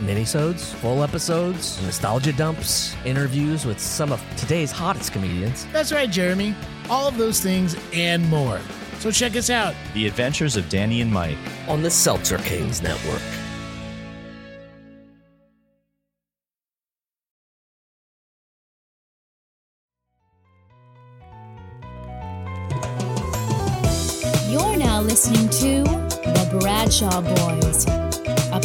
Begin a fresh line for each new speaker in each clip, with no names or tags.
minisodes, full episodes, nostalgia dumps, interviews with some of today's hottest comedians.
That's right, Jeremy. All of those things and more. So check us out.
The Adventures of Danny and Mike.
on the Seltzer Kings Network.
You're now listening to The Bradshaw Boys, a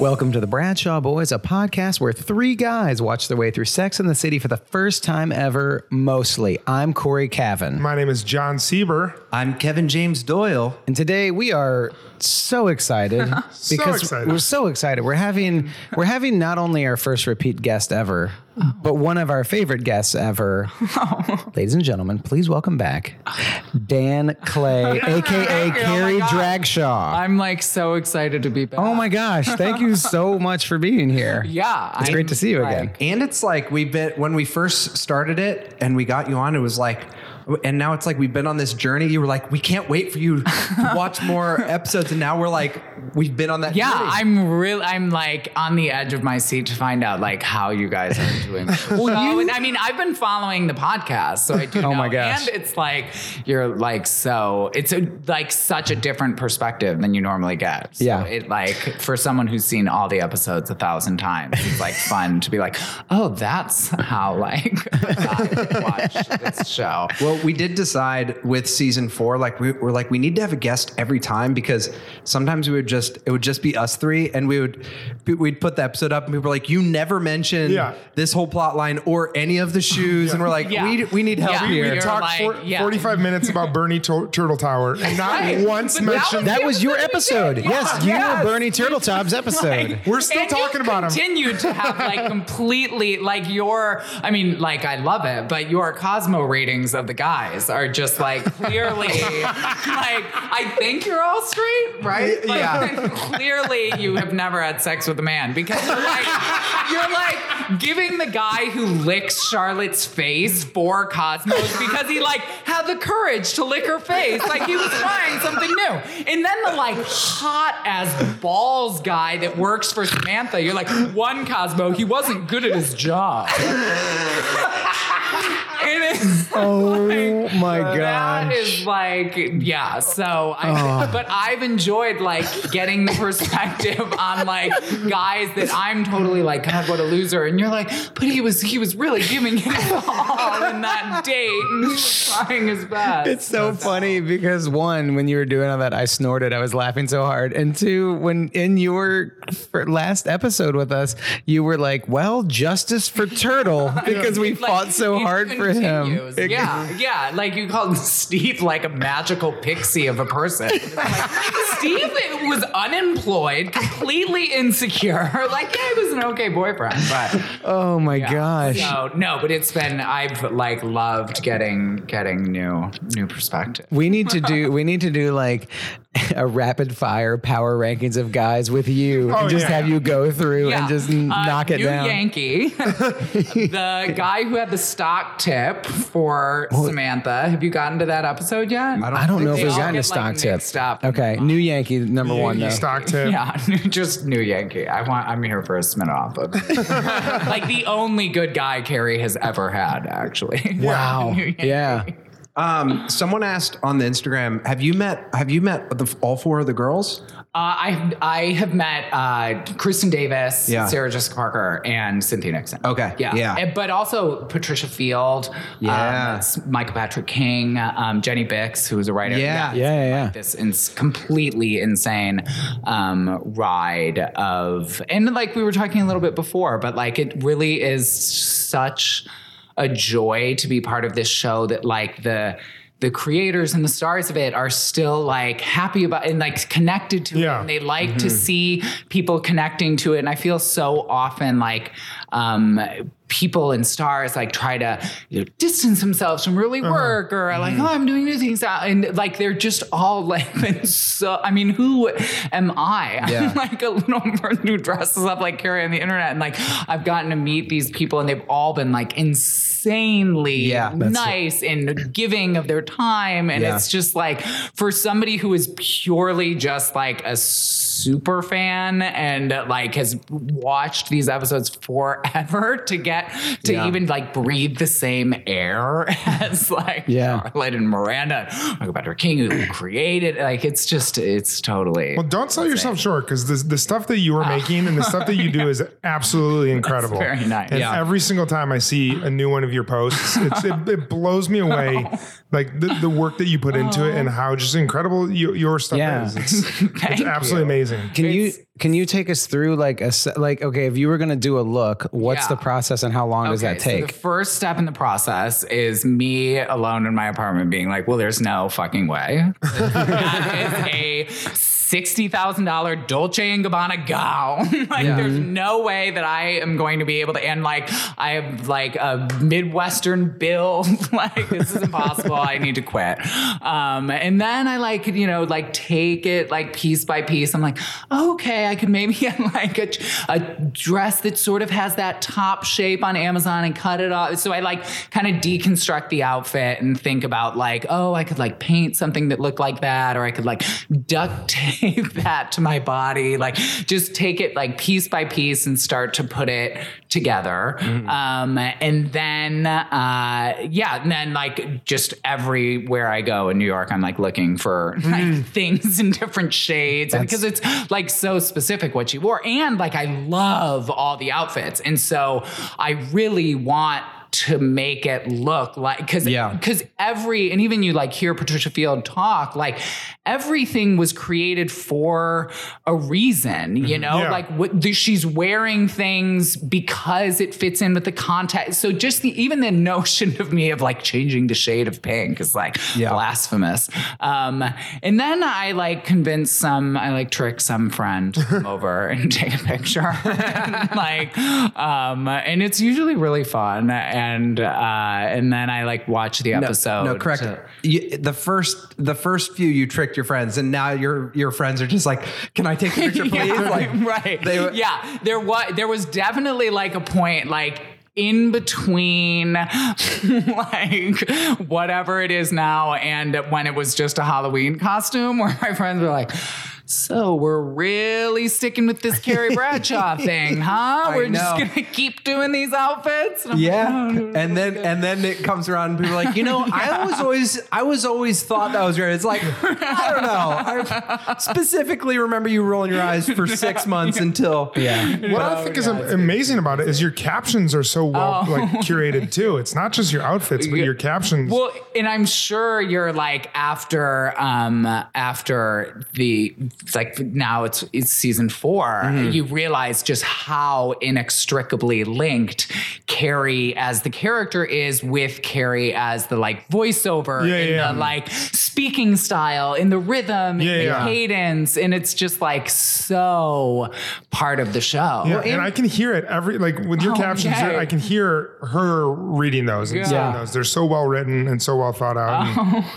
Welcome to the Bradshaw Boys, a podcast where three guys watch their way through Sex in the City for the first time ever, mostly. I'm Corey Cavan.
My name is John Sieber.
I'm Kevin James Doyle.
And today we are so excited because
excited.
we're so excited. We're having we're having not only our first repeat guest ever, but one of our favorite guests ever. Ladies and gentlemen, please welcome back Dan Clay, aka
Thank you. Oh my
Carrie
God.
Dragshaw.
I'm like so excited to be back.
oh my gosh, thank you so much for being here.
Yeah,
It's
I'm
great to see you
like-
again.
And it's like we bit when we first started it and we got you on, it was like and now it's like we've been on this journey. You were like, we can't wait for you to watch more episodes. And now we're like, we've been on that
Yeah,
journey.
I'm real. I'm like on the edge of my seat to find out like how you guys are doing. well, I mean, I've been following the podcast, so I do.
Oh
know.
my gosh.
And it's like you're like so. It's a, like such a different perspective than you normally get. So
Yeah.
It like for someone who's seen all the episodes a thousand times, it's like fun to be like, oh, that's how like I watch this show.
Well, we did decide with season four, like we were like, we need to have a guest every time because sometimes we would just it would just be us three, and we would we'd put the episode up, and we were like, you never mentioned
Yeah.
this whole plot line or any of the shoes, and we're like,
Yeah.
we we need help
Yeah.
We
here.
You're
talked
like-
for,
yeah.
45 minutes about Bernie Tur- Turtle Tower and not
Right.
once
But that
mentioned.
That was your episode. Yes, you
Yes.
were Bernie Turtletop's episode.
We're still
And
talking
you
about him.
Continue to have like completely like your. I mean, like I love it, but your Cosmo ratings of the guys are just like clearly like I think you're all straight, right? Like,
Yeah.
Clearly, you have never had sex with a man because you're like you're like giving the guy who licks Charlotte's face four Cosmos because he like had the courage to lick her face, like he was trying something new. And then the like hot as balls guy that works for Samantha, you're like one Cosmo. He wasn't good at his job. it is.
Oh my
That
god.
is like, yeah. So,
Oh.
I, but I've enjoyed like getting the perspective on like guys that I'm totally like, God, what a loser, and you're like, but he was he was really giving it his all in that date, and he was trying his best.
It's so funny because one, when you were doing all that, I snorted. I was laughing so hard. And two, when in your fir- last episode with us, you were like, "Well, justice for Turtle," because we
Like,
fought so
it
hard for him.
continues.
It-
yeah, yeah. Like you called Steve like a magical pixie of a person. It's like, Steve was unemployed, completely insecure. Like, yeah, he was an okay boyfriend, but
Oh my
yeah.
gosh.
So no, but it's been I've like loved getting getting new new perspective.
We need to do we need to do like a rapid fire power rankings of guys with you and
Oh,
just
yeah.
have you go through
Yeah.
and just n-
Uh,
knock it
new
down.
Yankee, the guy who had the stock tip for Samantha. Have you gotten to that episode yet?
I don't know if
They
we've
all
gotten a
get,
stock
like,
tip.
mixed up.
Okay, New Yankee number one though.
Yankee stock tip.
Yeah, just new Yankee. I want. I'm here for a spinoff of like the only good guy Carrie has ever had, actually.
Wow.
New Yankee.
Yeah.
Um, someone asked on the Instagram, "Have you met? Have you met the, all four of the girls?"
Uh, I I have met uh, Kristen Davis,
Yeah.
Sarah Jessica Parker, and Cynthia Nixon.
Okay,
yeah,
yeah.
And- but also Patricia Field,
Yeah.
um, s- Michael Patrick King, um, Jenny Bix, who is a writer.
Yeah.
Yeah, yeah, yeah.
This ins- completely insane um, ride of, and like we were talking a little bit before, but like it really is such a joy to be part of this show that like the the creators and the stars of it are still like happy about and like connected to it
Yeah.
and they like
Mm-hmm.
to see people connecting to it and i feel so often like um people and stars like try to you know, distance themselves from really
Uh-huh.
work or like
Mm-hmm.
oh i'm doing new things out and like they're just all like and so i mean who am i
Yeah.
i'm like a little person who dresses up like carrie on the internet and like i've gotten to meet these people and they've all been like insanely
Yeah, that's-
nice and giving of their time and
Yeah.
it's just like for somebody who is purely just like a super fan and uh, like has watched these episodes forever to get to
Yeah.
even like breathe the same air as like
Yeah.
Charlotte and Miranda, Michael Patrick King who created like it's just it's totally
Well, don't sell yourself short because the, the stuff that you are making and the stuff that you do is absolutely incredible.
very nice.
And
Yeah.
every single time I see a new one of your posts, it's, it, it blows me away. Like the, the work that you put into it and how just incredible you, your stuff
Yeah.
is. It's,
Thank
it's absolutely
you.
amazing.
Can you
It's-
can you take us through like a se- like okay if you were gonna do a look what's
Yeah.
the process and how long does that
Okay, so
take?
the first step in the process is me alone in my apartment being like, well, there's no fucking way. that is a $60,000 Dolce and Gabbana gown. like, there's no way that I am going to be able to. And like, I have like a Midwestern build. like, this is impossible. I need to quit. Um, and then I like, you know, like take it like piece by piece. I'm like, okay, I could maybe get like a, a dress that sort of has that top shape on Amazon and cut it off. So I like kind of deconstruct the outfit and think about like, oh, I could like paint something that looked like that, or I could like duct tape that to my body. Like just take it like piece by piece and start to put it together. Um, and then, uh, yeah, and then like just everywhere I go in New York, I'm like looking for like, things in different shades because it's like so specific what she wore. And like I love all the outfits. And so I really want to make it look like because
Yeah.
because every and even you like hear Patricia Field talk like everything was created for a reason you know
Yeah.
like what the, she's wearing things because it fits in with the context so just the even the notion of me of like changing the shade of pink is like blasphemous um and then I like convince some I like trick some friend to come over and take a picture And, like um and it's usually really fun and uh and then I like watch the
No,
episode
No, correct.
to-
You, the first, the first few you tricked your friends, and now your your friends are just like, "Can I take a picture, please?"
Yeah,
like,
right.
They, were-
yeah, there was there was definitely like a point like in between like whatever it is now and when it was just a Halloween costume where my friends were like so we're really sticking with this Carrie Bradshaw thing, huh? we're
know.
just gonna keep doing these outfits. And I'm like,
Yeah, and then and then it comes around and people are like, you know, I was always I was always thought that was great. It's like I don't know. I specifically remember you rolling your eyes for six months until yeah.
What I think is am- amazing about it is your captions are so
Oh.
well like curated too. It's not just your outfits, but your captions.
Well, and I'm sure you're like after um after the it's like now it's it's season 4
Mm-hmm.
you realize just how inextricably linked Carrie as the character is with Carrie as the like voiceover
Yeah,
in
yeah,
the
yeah.
like speaking style, in the rhythm,
Yeah,
in the
yeah.
cadence, and it's just like so part of the show.
Yeah, and I can hear it every like with your
Oh,
captions.
yay.
I can hear her reading those and saying
Yeah. Oh.
those. They're so well written and so well thought out,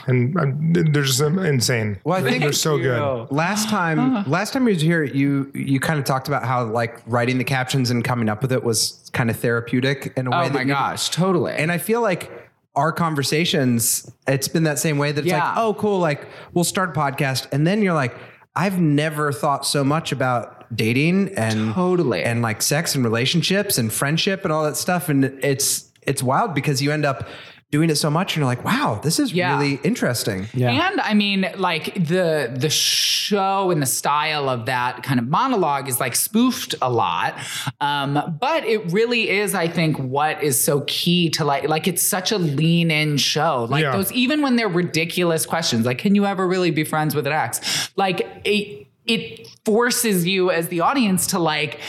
and, and I'm- they're just um, insane.
Well, I
They're-
think-
they're so good.
Last
Uh-huh.
time, last time you was here, you you kind of talked about how like writing the captions and coming up with it was kind of therapeutic in a way.
Oh
that
my
you-
gosh, totally.
And I feel like our conversations, it's been that same way that it's
Yeah.
like, oh, cool, like we'll start a podcast. And then you're like, I've never thought so much about dating and
Totally.
and like sex and relationships and friendship and all that stuff. And it's it's wild because you end up doing it so much and you're like, wow, this is
Yeah.
really interesting.
And I mean, like the the show and the style of that kind of monologue is like spoofed a lot, um, but it really is, I think, what is so key to like like it's such a lean in show. Like
Yeah.
those, even when they're ridiculous questions, like can you ever really be friends with an ex? Like it it forces you as the audience to like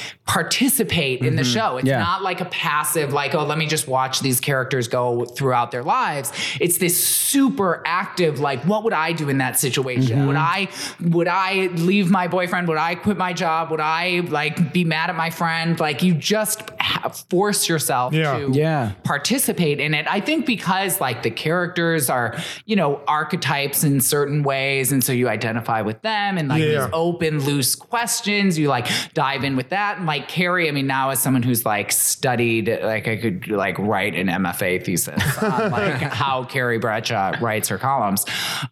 participate in the show. It's
Yeah.
not like a passive, like, oh, let me just watch these characters go throughout their lives. It's this super active, like, what would I do in that situation? Would I would I leave my boyfriend? Would I quit my job? Would I like be mad at my friend? Like you just ha- force yourself
Yeah.
to
Yeah.
participate in it. I think because like the characters are, you know, archetypes in certain ways. And so you identify with them and like
Yeah.
these open, loose questions, you like dive in with that. And like Carrie, I mean, now as someone who's like studied, like I could like write an MFA thesis on like how Carrie Bradshaw writes her columns.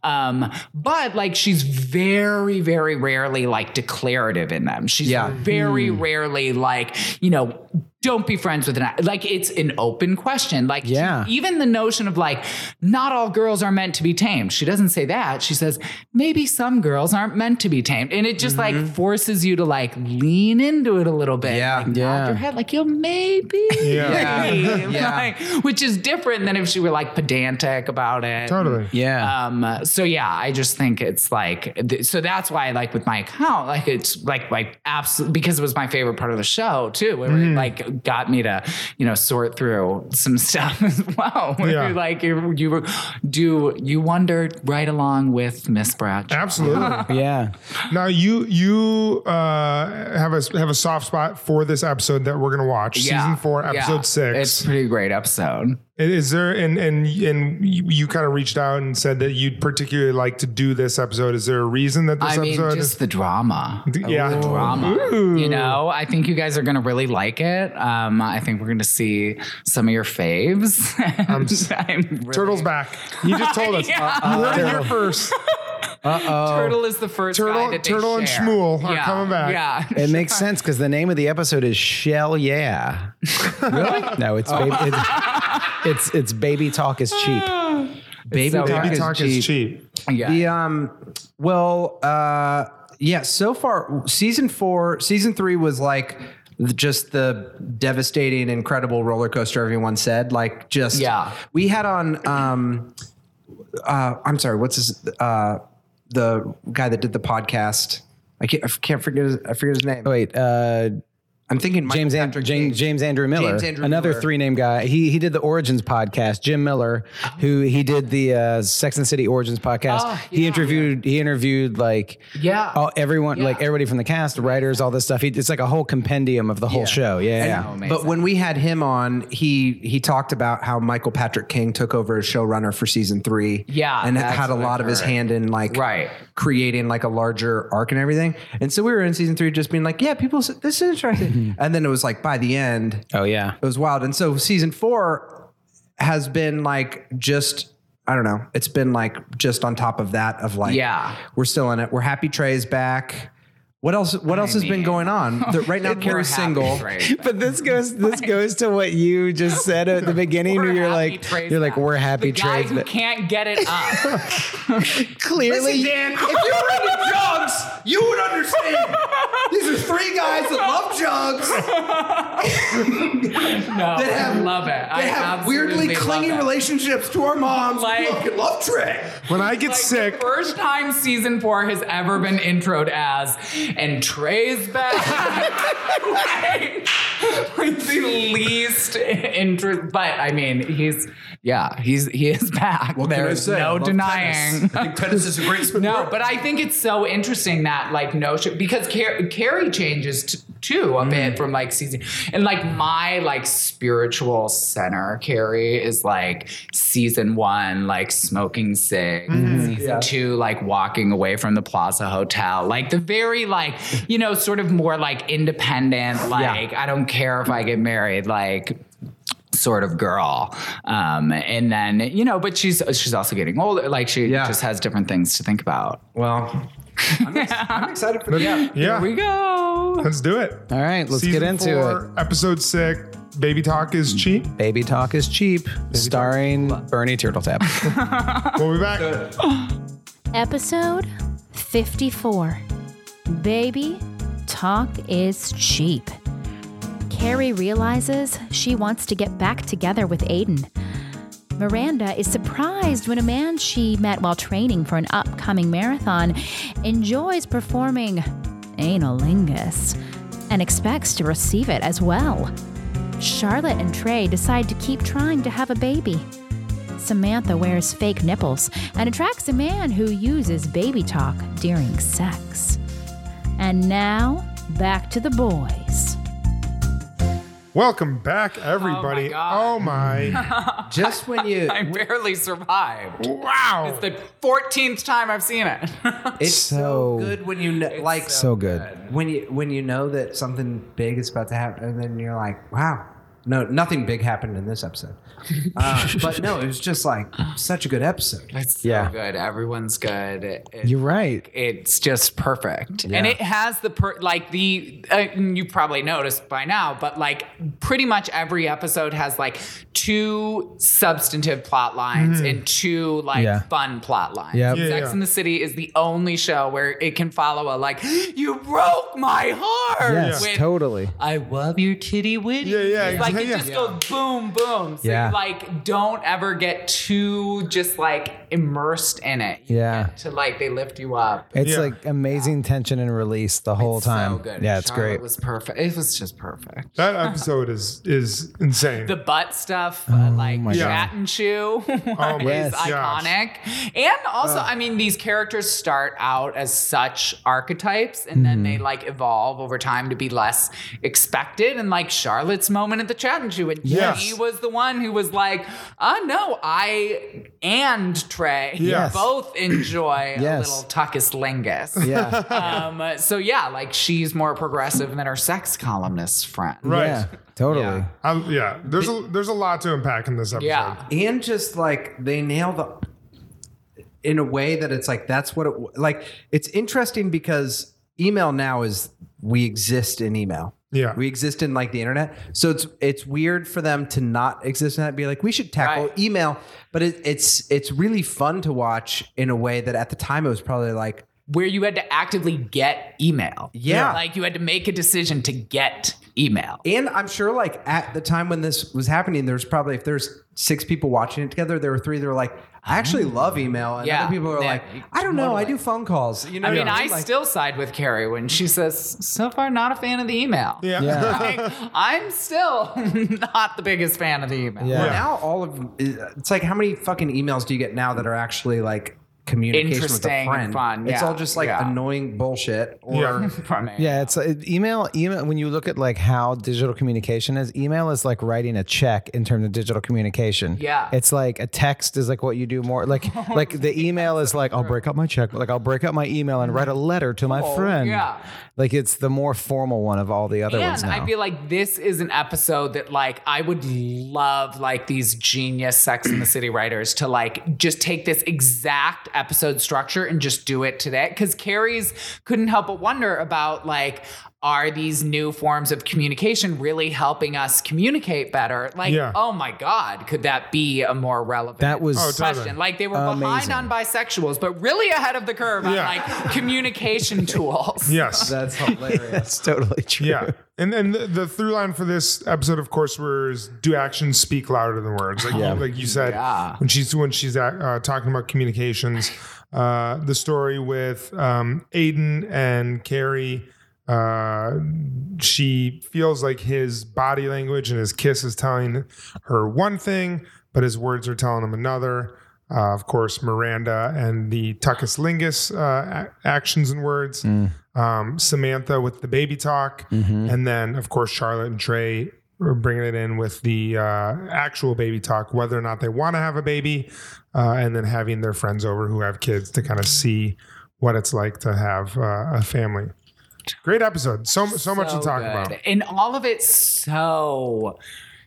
Um, but like she's very, very rarely like declarative in them. She's
Yeah.
very rarely like, you know, don't be friends with an like it's an open question like
Yeah.
she- even the notion of like not all girls are meant to be tamed she doesn't say that she says maybe some girls aren't meant to be tamed and it just like forces you to like lean into it a little bit
Yeah.
like, nod
Yeah.
your head like yo maybe
Yeah.
Like,
Yeah.
which is different than if she were like pedantic about it
Totally.
Yeah.
um, so yeah, I just think it's like th- so that's why like with my account, like it's like my absolute because it was my favorite part of the show too, where
Mm.
it like got me to you know sort through some stuff as well. Where
Yeah.
you, like you, you were- do you wonder right along with Miss Bradshaw?
Absolutely.
yeah.
Now you you uh, have a have a soft spot for this episode that we're gonna watch,
Yeah.
season four,
Yeah.
episode
It's a
six.
pretty great episode.
Is there and and and you, you kind of reached out and said that you'd particularly like to do this episode. Is there a reason that this
I mean,
episode
just the drama.
is? Yeah,
drama.
Ooh.
You know, I think you guys are going to really like it. Um, I think we're going to see some of your faves. I'm, really-
Turtle's back. You just told us.
Yeah.
You heard it here first.
Turtle is the first
Turtle-
guy that they
Turtle and
share.
Shmuel are
yeah.
coming back.
Yeah.
It makes sense because the name of the episode is Shell Yeah. really? No,
Oh.
it's baby. It's, it's it's baby talk is cheap.
Baby,
so
talk,
hard.
Baby
is
talk
cheap.
is cheap.
Yeah.
The, um, well, uh, yeah, so far, season four, season three was like th- just the devastating, incredible roller coaster everyone said. Like, just,
Yeah.
We had on, um, uh, I'm sorry, what's his, uh, the guy that did the podcast. I can't, I can't forget his, I forget his name.
Wait, uh,
I'm thinking Michael
James, An-
Patrick
James,
James.
James Andrew Miller,
James Andrew
another
Miller.
three name guy. He he did the Origins podcast. Jim Miller, who he did the uh, Sex and the City Origins podcast.
Oh,
He
yeah.
interviewed he interviewed like
Yeah.
all, everyone
Yeah.
like everybody from the cast, writers, all this stuff. He, it's like a whole compendium of the whole show. Yeah, yeah.
But when we had him on, he he talked about how Michael Patrick King took over as showrunner for season three.
Yeah,
and
that's
had a
what I
lot of his
heard.
hand in like
Right.
creating like a larger arc and everything. And so we were in season three, just being like, yeah, people, s- this is interesting. and then it was like by the end,
Oh yeah.
it was wild. And so season four has been like just I don't know. It's been like just on top of that of like
Yeah.
we're still in it. We're happy Trey's back. What else? What else has been
mean,
going on? The- right now,
We're
Carrie's
happy,
single.
right?
But this goes this goes to what you just said at the beginning. where you're
We're happy
like
Trey's
you're like
back.
we're happy
the guy
trades,
who
but
can't get it up.
clearly
if you were into drugs, you would understand. These are three guys that love drugs.
no,
They have-
I love it.
They
I
have weirdly
absolutely
clingy
love it.
relationships to our moms.
Like-
we fucking love Trey.
When I get
Like,
sick,
The first time season four has ever been introed as, and Trey's back. like, like the least interest, but I mean, he's yeah, he's he is back.
What can I
There's
say? I
no
love
denying.
tennis. I think tennis is a great sport.
No, but I think it's so interesting that like notion because Car- Carrie changes t- too a bit from like season and like my like spiritual center Carrie is like season one like smoking cig, season two like walking away from the Plaza Hotel, like the very like you know sort of more like independent like I don't care if I get married like sort of girl. Um, and then you know, but she's she's also getting older. Like she
Yeah.
just has different things to think about.
Well, I'm, ex- I'm excited for that.
yeah,
Here we go.
let's do it.
All right, let's
Season
get into
four, Episode six, Baby Talk is cheap.
Baby Talk is Cheap, starring Bernie Turtletap.
We'll be back.
Episode 54 Baby Talk is Cheap. Carrie realizes she wants to get back together with Aiden. Miranda is surprised when a man she met while training for an upcoming marathon enjoys performing analingus and expects to receive it as well. Charlotte and Trey decide to keep trying to have a baby. Samantha wears fake nipples and attracts a man who uses baby talk during sex. And now, back to the boys.
Welcome back, everybody. Oh
God.
my,
Just when you,
I barely survived.
wow.
It's the 14th time I've seen it.
it's
So-
so good when you know, like
so good.
when you when you know that something big is about to happen, and then you're like, wow. No, nothing big happened in this episode. Uh, but no, it was just like such a good episode.
it's so
Yeah.
good. Everyone's good. It-
You're right.
it's just perfect and it has the per like the uh, you probably noticed by now but like pretty much every episode has like two substantive plot lines and two like
Yeah.
fun plot lines
Yep.
Yeah,
sex
yeah.
in the city is the only show where it can follow a like you broke my heart
Yes,
with,
totally.
I love your titty witty.
Yeah, yeah,
It's like
yeah,
it
yeah.
just goes boom, boom. So
Yeah.
you like don't ever get too just like immersed in it. You
Yeah.
get To like they lift you up.
It's
Yeah.
like amazing tension and release the whole
It's
time.
So good.
Yeah, it's
Charlotte
great.
was perfect. It was just perfect.
That episode is is insane.
The butt stuff, uh, like
Oh my
chat
God.
and chew, was
my gosh.
iconic. And also,
Uh.
I mean, these characters start out as such archetypes, and then
Mm-hmm.
they like evolve over time to be less expected. And like Charlotte's moment at the chat and chew, and
Yes.
he was the one who was like, "Uh no, I and Trey
Yes.
both enjoy a
Yes.
little tuckus lingus."
yeah.
Um, so yeah, like she's more progressive than her sex columnist friend.
right.
Yeah, totally.
Yeah.
I, yeah. There's a there's a lot to unpack in this episode.
Yeah.
and just like they nail the in a way that it's like that's what it w- like it's interesting because email now is we exist in email
Yeah.
we exist in like the internet so it's it's weird for them to not exist in that be like we should tackle
Right.
email but it, it's it's really fun to watch in a way that at the time it was probably like
Where you had to actively get email.
Yeah.
Like you had to make a decision to get email.
and i'm sure like at the time when this was happening there's probably if there's six people watching it together there were three that were like i actually love email and
Mm. Yeah.
other people are
Yeah.
like i don't know i do phone calls you know
I mean,
what
I
Like-
still side with Carrie when she says, so far, not a fan of the email.
Yeah.
Yeah.
Like, I'm still not the biggest fan of the email.
Yeah.
Well, now all of it's like how many fucking emails do you get now that are actually like communication with a
Interesting,
friend?
fun,
It's
yeah,
all just like
yeah.
annoying bullshit. Or
Yeah.
From it.
Yeah, it's like email. Email when you look at like how digital communication is, email is like writing a check in terms of digital communication.
Yeah. Oh,
it's like a text is like what you do more. Like like the email is like I'll break up my check, like I'll break up my email and write a letter to my friend.
Mm-hmm. Oh, yeah.
like it's the more formal one of all the other ones
And
now.
I feel like this is an episode that like I would love like these genius Sex in the City writers to like just take this exact episode structure and just do it today. Cause Carrie's couldn't help but wonder about like, are these new forms of communication really helping us communicate better? Like,
Yeah.
oh my God, could that be a more relevant
that was
Oh, totally.
question? Like they were behind
Amazing.
on bisexuals, but really ahead of the curve on
Yeah.
like communication tools.
Yes.
that's hilarious.
that's totally true.
yeah. And then the, the through line for this episode, of course, was do actions speak louder than words? Like, you, like you said, when she's when she's uh, talking about communications, uh, the story with um, Aiden and Carrie, uh, she feels like his body language and his kiss is telling her one thing, but his words are telling him another. Uh, of course, Miranda and the Tuckus Lingus uh, a- actions and words um, Samantha with the baby talk,
Mm-hmm.
and then of course Charlotte and Trey are bringing it in with the uh, actual baby talk, whether or not they want to have a baby, uh, and then having their friends over who have kids to kind of see what it's like to have uh, a family. Great episode, so so, much to
so
talk
good.
about.
And all of it so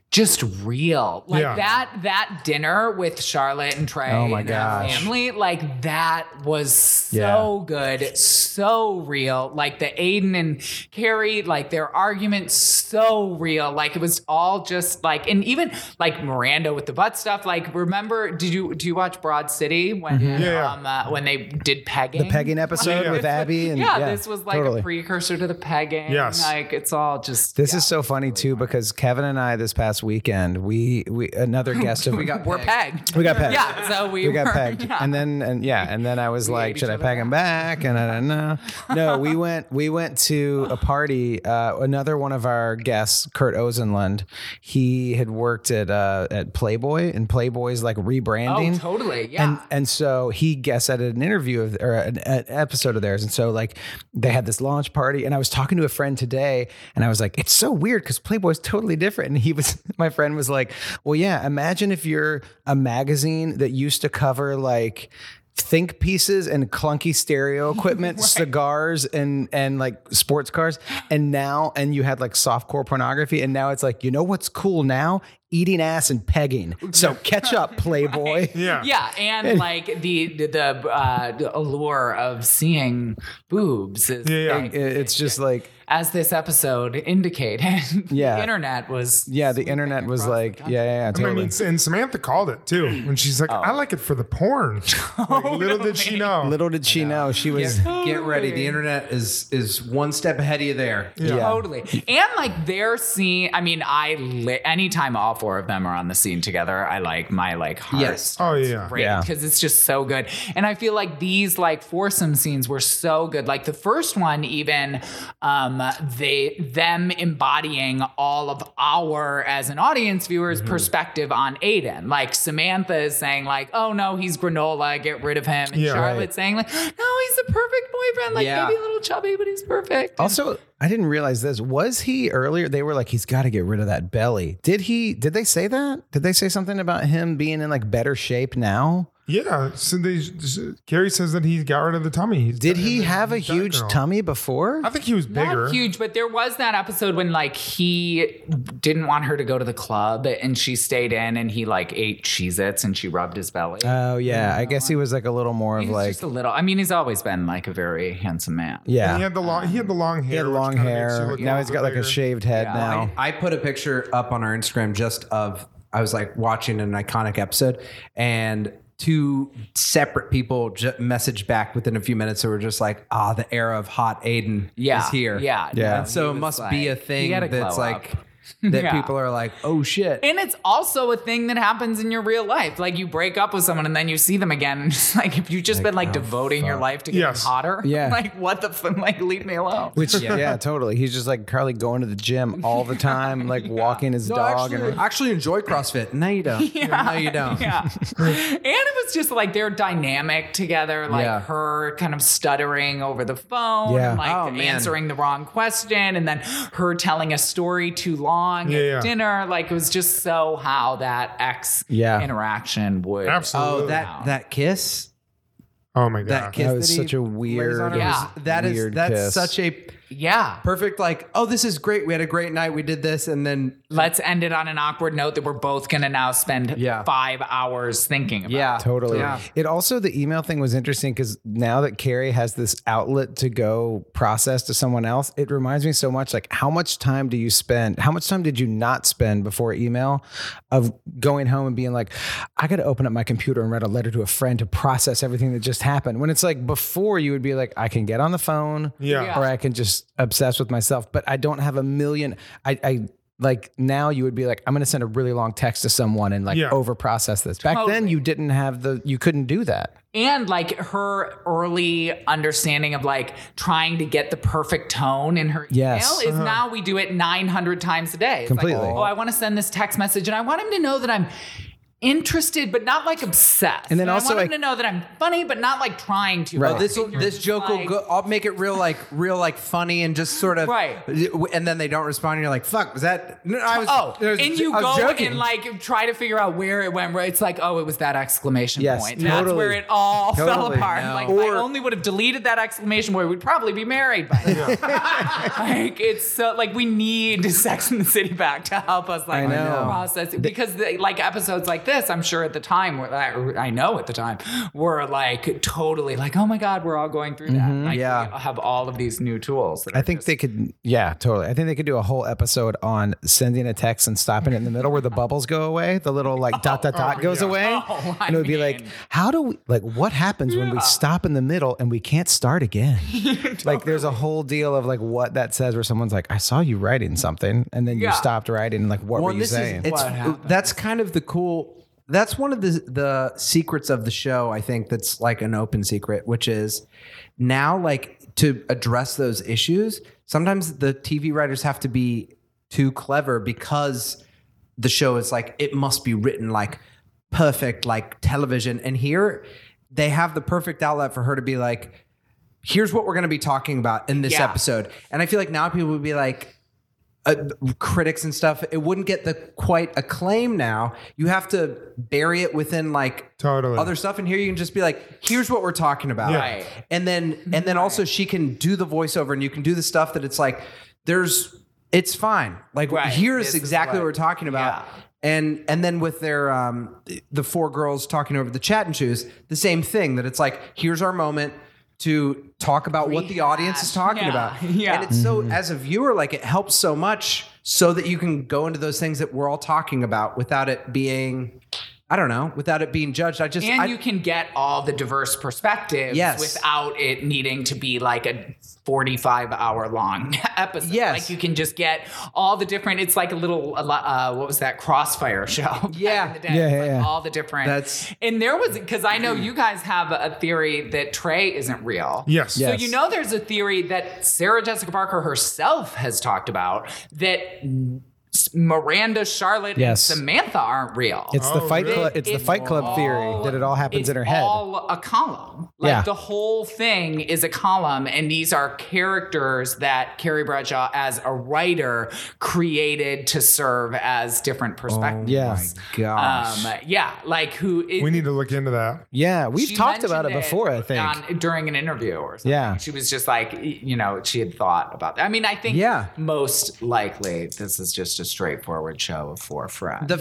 just real. Like
Yeah.
that that dinner with Charlotte and Trey
Oh my
and their
gosh.
family, like that was so good, so real. Like the Aiden and Carrie, like their argument so real. Like it was all just like and even like Miranda with the butt stuff. Like remember, did you do you watch Broad City when
Mm-hmm. Yeah.
um, uh, when they did pegging?
The pegging episode
Yeah.
with Abby and
yeah, this was like
totally.
a precursor to the pegging.
Yes.
Like it's all just
This is so funny too because Kevin and I this past weekend we we another guest of we got
we're pegged.
we got pegged.
Yeah, so we,
we got
were-
pegged.
yeah.
And then and yeah, and then I was like,
ate
should
each
I
other
peg him back? And I don't know. No, we went we went to a party. Uh, another one of our guests, Kurt Ozenlund, he had worked at uh, at Playboy and Playboy's like rebranding.
Oh, totally. Yeah.
And and so he guest edited an interview of or an, an episode of theirs, and so like they had this launch party, and I was talking to a friend today, and I was like, it's so weird because Playboy's totally different, and he was my friend was like, well, yeah, imagine if you're a magazine that used to cover like. Think pieces and clunky stereo equipment, cigars and and like sports cars, and now and you had like softcore pornography, and now it's like you know what's cool now eating ass and pegging. So catch up, Playboy.
Yeah.
yeah, and like the the, the uh, allure of seeing boobs is
Yeah, yeah.
like,
It- it's just like
as this episode indicated.
Yeah.
the internet was
yeah the internet was like yeah yeah, yeah
I
totally
mean, and Samantha called it too, and she's like, "I like it for the porn." Like, little did she know.
little did she know she was
Get ready. The internet is is one step ahead of you there.
Totally. And like their scene, I mean, I li- anytime all four of them are on the scene together, I like my like heart.
Yes.
oh yeah,
Yeah.
because it's just so good. And I feel like these like foursome scenes were so good. Like the first one, even um, they them embodying all of our as an audience viewers
Mm-hmm.
perspective on Aiden. Like Samantha is saying like, oh no, he's granola, get rid of him. And
Yeah.
Charlotte's
Right.
saying like, no, he's the perfect boyfriend. Like
Yeah.
maybe a little chubby, but he's perfect.
also i didn't realize this was he earlier they were like he's got to get rid of that belly did he did they say that did they say something about him being in like better shape now
yeah. So they, Carrie says that he got rid of the tummy. He's
did
got-
he have a
he's got
huge
girl.
tummy before
I think he was bigger.
Not huge, but there was that episode when like he didn't want her to go to the club and she stayed in and he like ate Cheez Its and she rubbed his belly.
oh yeah i guess he was like a little more of
he's
like
just a little I mean, he's always been like a very handsome man.
And he
yeah
had the long. He had the long hair.
he had
which
long
kinda makes you
hair
look
now he's got like a
bigger.
shaved head
Yeah.
now
I put a picture up on our Instagram just of I was like watching an iconic episode and two separate people ju- messaged back within a few minutes who were just like, ah, the era of hot Aiden
Yeah.
is here.
Yeah.
Yeah.
No,
And so
he
it
was
must be a
like,
thing
"You gotta
that's
glow
like
up."
that
Yeah.
people are like, oh shit.
And it's also a thing that happens in your real life. Like you break up with someone and then you see them again. And it's like if you've just been like devoting your life to getting
Yes.
hotter,
Yeah.
like what the f- like leave me alone.
Which yeah. totally. He's just like Carly going to the gym all the time, like walking his
No,
dog.
actually,
and
actually enjoy CrossFit. No, you don't. No, you don't.
Yeah. and it was just like their dynamic together, like
Yeah.
her kind of stuttering over the phone,
Yeah.
and like
Oh, man.
answering the wrong question, and then her telling a story too long
Yeah,
at
yeah.
dinner. Like it was just so how that ex
Yeah.
interaction would.
Absolutely.
Oh, that that kiss.
Oh my
That
god.
kiss.
that was
he
such a
lays on
weird,
her
Yeah.
was- That is
weird
that's
kiss.
such a
Yeah.
perfect like, oh, this is great. We had a great night. We did this and then
Let's end it on an awkward note that we're both going to now spend
Yeah.
five hours thinking about.
yeah.
Totally.
Yeah.
It also the email thing was interesting because now that Carrie has this outlet to go process to someone else, it reminds me so much like how much time do you spend? How much time did you not spend before email of going home and being like, I got to open up my computer and write a letter to a friend to process everything that just happened. When it's like before, you would be like, I can get on the phone,
Yeah.
Yeah.
or I can just obsess with myself. But I don't have a million. I. I like now you would be like i'm going to send a really long text to someone and like
Yeah.
over process this back then
Totally.
you didn't have the you couldn't do that
and like her early understanding of like trying to get the perfect tone in her email
Yes. Uh-huh.
is now we do it 900 times a day. It's
Completely.
Like, oh, I want to send this text message and I want him to know that I'm interested, but not like obsessed.
And then also,
I want
like-
them to know that I'm funny, but not like trying to.
Right.
Oh, this will, this joke will go. I'll make it real like real like funny and just sort of
Right.
And then they don't respond. and You're like, fuck. Was that? No, I was.
Oh,
I was-
and you
I
go
was joking.
and like try to figure out where it went. Where it's like, oh, it was that exclamation
Yes,
point. That's
totally.
where it all fell
Totally,
apart.
no.
Like, if
Or-
I only would have deleted that exclamation point, we'd probably be married by now. like, it's so like we need Sex in the City back to help us like
I know.
process it. because the, like episodes like this, I'm sure at the time were I, I know at the time were like totally like, oh my god, we're all going through that. Like,
yeah.
we have all of these new tools. That
Mm-hmm. I
are
think
just-
they could, yeah, totally. I think they could do a whole episode on sending a text and stopping it in the middle where the bubbles go away, the little like dot dot dot goes
yeah.
away,
Oh, I
and it would be like,
mean.
how do we like what happens when we stop in the middle and we can't start again? Like, there's a whole deal of like what that says where someone's like, I saw you writing something, and then
Yeah.
you stopped writing. Like, what
Well,
were you
this is-
saying?
it's-
What happened?
that's kind of the cool. That's one of the the secrets of the show. I think that's like an open secret, which is now like to address those issues. Sometimes the TV writers have to be too clever because the show is like it must be written like perfect, like television. And here they have the perfect outlet for her to be like, "Here's what we're going to be talking about in this
Yeah.
episode." And I feel like now people would be like uh, critics and stuff, it wouldn't get the quite acclaim now. You have to bury it within like
Totally.
other stuff, and here you can just be like, "Here's what we're talking about,"
Yeah.
Right.
and then and then also she can do the voiceover, and you can do the stuff that it's like, there's, it's fine. Like
Right.
here's
This is
exactly
what-
what we're talking about.
Yeah.
And and then with their um the four girls talking over the chat and shoes, the same thing that it's like, here's our moment to talk about what the audience is talking
Yeah.
about.
Yeah.
And it's so as a viewer, like it helps so much so that you can go into those things that we're all talking about without it being, I don't know, without it being judged. I just,
and
I,
you can get all the diverse perspectives
Yes.
without it needing to be like a 45 hour long episode
Yes.
like you can just get all the different it's like a little a lot- uh, what was that crossfire show back
Yeah.
in the day.
Yeah,
It's
yeah,
like
yeah.
all the different
That's-
and there was because i know you guys have a theory that trey isn't real
Yes.
so you know there's a theory that Sarah Jessica Parker herself has talked about that s- Miranda, Charlotte,
Yes.
and Samantha aren't real.
It's the
Oh,
fight
really?
club. It's the Fight Club theory
all-
that it all happens
it's
in her head.
All a column. Like
Yeah.
the whole thing is a column, and these are characters that Carrie Bradshaw, as a writer, created to serve as
Oh
different perspectives.
yeah.
gosh.
Um, yeah, like who? It,
We need to look into that.
Yeah, we've
she
talked about it
mentioned
before. I think.
on- during an interview or something.
Yeah.
She was just like, y- you know, she had thought about that. I mean, I think
Yeah.
most likely this is just a straightforward show of four friends.
the,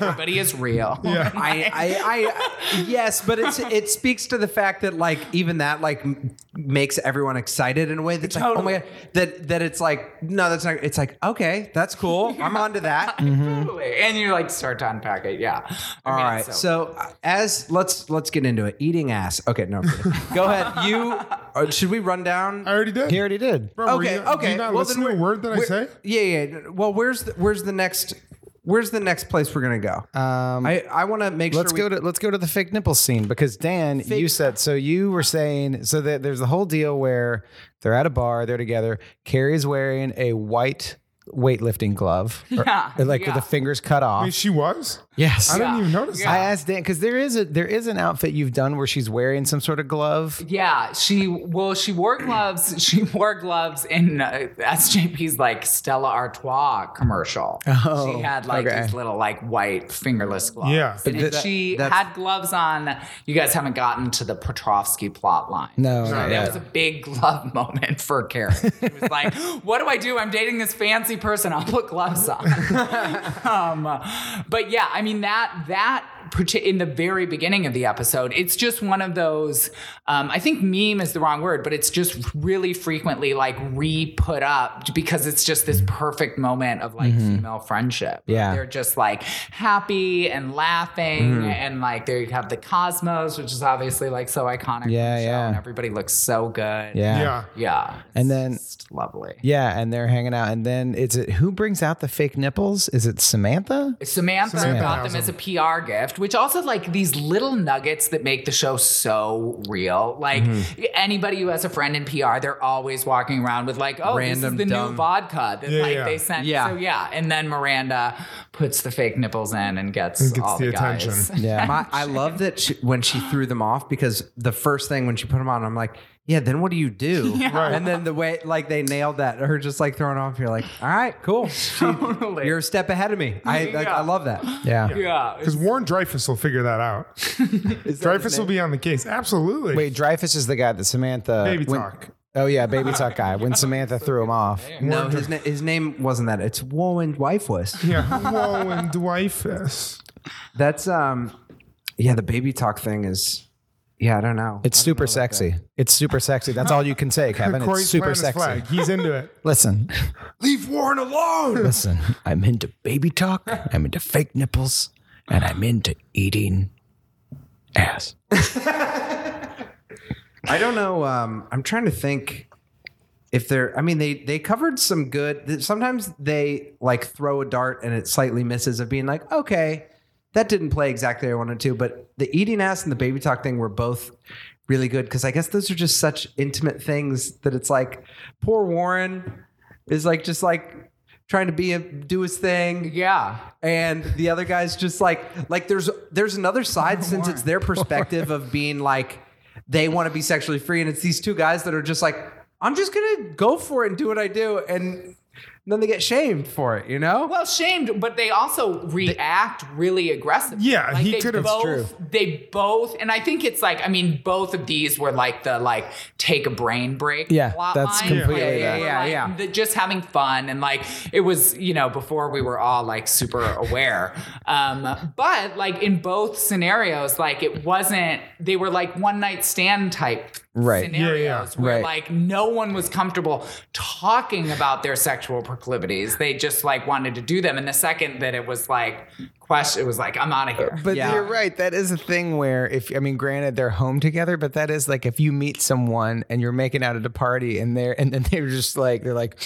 Everybody is real.
I, I, I, yes, but it's it speaks to the fact that like even that like m- makes everyone excited in a way that's like oh my god that that it's like no that's not it's like okay that's cool I'm onto that
Totally. And you like start to unpack it. Yeah. I
All
mean,
right.
it's
So, uh as let's let's get into it. Eating ass. Okay, no. I'm kidding. Go ahead. You uh, should we run down?
I already did.
he already did.
Bro, were
okay.
you-
okay.
Did you not listen to a
we're-
word that I
we're-
say?
Yeah, yeah. Well, where's the, where's the next where's the next place we're gonna go?
Um,
I I want to make
Let's
sure.
go to let's go to the fake nipple scene because Dan, you said so. You were saying so that there's the whole deal where they're at a bar, they're together. Carrie's wearing a white weightlifting glove, or-
Yeah,
like with
yeah.
the fingers cut
I
off.
mean, she was.
yes,
I didn't even notice.
Yeah.
I asked Dan because there is a there is an outfit you've done where she's wearing some sort of glove.
Yeah, she well, she wore gloves. She wore gloves in uh, SJP's like Stella Artois commercial.
Oh,
she had like
okay.
these little like white fingerless gloves.
Yeah.
and if
that-
she
that's-
had gloves on. You guys haven't gotten to the Petrovsky plot line.
No,
So
not
that
yet.
was a big glove moment for Karen. She was like, "What do I do? I'm dating this fancy person. I'll put gloves on." um, but yeah, I mean that that parti- in the very beginning of the episode, it's just one of those. Um, I think meme is the wrong word, but it's just really frequently like re put up because it's just this perfect moment of like female friendship.
Mm-hmm. Yeah. Mm-hmm.
they're just like happy and laughing, and like there you have the cosmos, which is obviously like so iconic. for
Yeah,
the show,
yeah.
and everybody looks so good.
Yeah.
Yeah.
yeah,
And
It's
then-
just lovely.
Yeah, and they're hanging out, and then is it who brings out the fake nipples? Is it Samantha?
Samantha,
Samantha
got them
Housen.
as a PR gift, craft, which also like these little nuggets that make the show so real. Like
Mm-hmm.
anybody who has a friend in PR, they're always walking around with like, oh,
Random
this is the
dumb-
new vodka that
Yeah,
like
yeah.
they sent.
Yeah.
So yeah, and then Miranda puts the fake nipples in and gets,
And gets
all
the
the, guys.
attention.
Yeah.
My, I love that she, when she threw them off because the first thing when she put them on, I'm like, yeah, then what do you do?
Right.
And then the way like they nailed that, her just like throwing off, you're like, all right, cool. She-
Totally.
You're a step ahead of me. I like, I love that.
Yeah.
Yeah.
Because Warren Dreyfus will figure that out. Dreyfus will be on the case. Absolutely.
Wait, Dreyfus is the guy that Samantha.
Baby
when-
talk.
Oh yeah, baby talk guy. When Samantha threw him off.
No, his, na- his name wasn't that. It's Warren Wifeless.
Yeah. Whoa, and Dreyfus.
That's um, yeah, the baby talk thing is, yeah, I don't know.
It's super sexy. It's super sexy. That's all you can say, Kevin. It's
Corey's
super
playing his
sexy.
flag. He's into it.
Listen,
Leave Warren alone.
listen. I'm into baby talk. I'm into fake nipples, and I'm into eating ass.
I don't know. Um, I'm trying to think if they're. I mean, they they covered some good. th- Sometimes they like throw a dart and it slightly misses of being like, okay, that didn't play exactly how I wanted to. But the eating ass and the baby talk thing were both really good because I guess those are just such intimate things that it's like poor Warren is like just like trying to be a, do his thing
Yeah.
and the other guy's just like like there's there's another side since it's their perspective of being like they want to be sexually free and it's these two guys that are just like i'm just gonna go for it and do what i do and then they get shamed for it you know
Well, shamed, but they also react really aggressively.
Yeah, he
they
could have-
both-
That's
They both, and I think it's like, I mean, both of these were like the like take a brain break.
Yeah,
plot
that's
line,
completely
where they
that.
were,
Yeah,
like,
yeah, yeah.
the- just having fun and like it was, you know, before we were all like super aware. Um, but like in both scenarios, like it wasn't. They were like one night stand type.
Right. Yeah,
Scenarios
yeah.
where
Right.
like no one was comfortable talking about their sexual proclivities. They just like wanted to do them. And the second that it was like question, it was like, I'm out of here.
But
Yeah.
you're right. That is a thing where if I mean, granted, they're home together, but that is like if you meet someone and you're making out at a party and they're and then they're just like they're like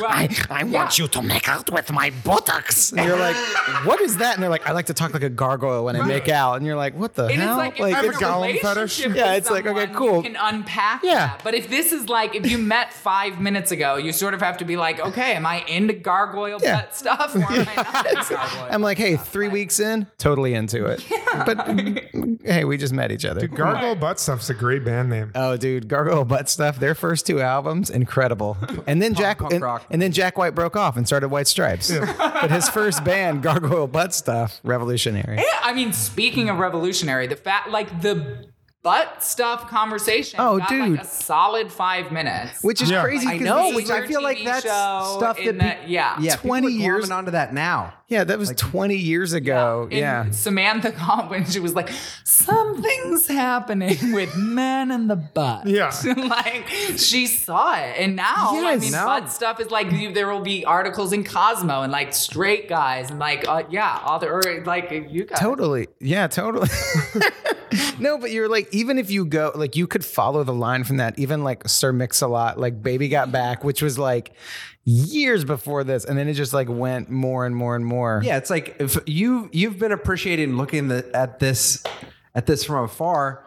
Right.
I want you to make out with my buttocks.
and you're like, what is that? And they're like, I like to talk like a gargoyle when I make out, and you're like, what the
And
hell?
it's like, if
I
you're
have
in
a
a
golem
relationship
fetish.
with
Yeah, it's like,
someone,
okay, cool.
You can unpack
Yeah.
that. But if this is like, if you met five minutes ago, you sort of have to be like, okay, am I into gargoyle
Yeah.
butt stuff or am I not into gargoyle?
I'm like, hey, three weeks in, totally into it. But mm, hey, we just met each other.
Gargoyle Butt Stuff's a great band name.
Oh, dude, Gargoyle Butt Stuff. Their first two albums, incredible. And then Jack
punk
and,
rock.
and then Jack White broke off and started White Stripes. But his first band, Gargoyle Butt Stuff, revolutionary.
Yeah, I mean, speaking of revolutionary, the fact, like the butt stuff conversation.
Oh,
got,
dude.
Like a solid five minutes.
Oh, Which is
Yeah.
crazy.
i
'cause
know
this
which
is
i feel like
TV
that's
show
stuff that
in
pe-
that- yeah.
yeah
20
20
years-
years onto that now
Yeah, that was 20 years ago.
And
Yeah.
Samantha Called when she was like, something's happening with men in the butt.
Yeah.
like she saw it. And now, I
Yes.
mean,
No.
butt stuff is like, you- there will be articles in Cosmo and like straight guys and like, uh, yeah, all the, or like you guys.
Totally. Yeah, totally. no, but you're like, even if you go, like, you could follow the line from that, even like Sir Mix a Lot, like Baby Got Back, which was like years before this. And then it just like went more and more and more.
Yeah, it's like if you you've been appreciating looking the, at this at this from afar.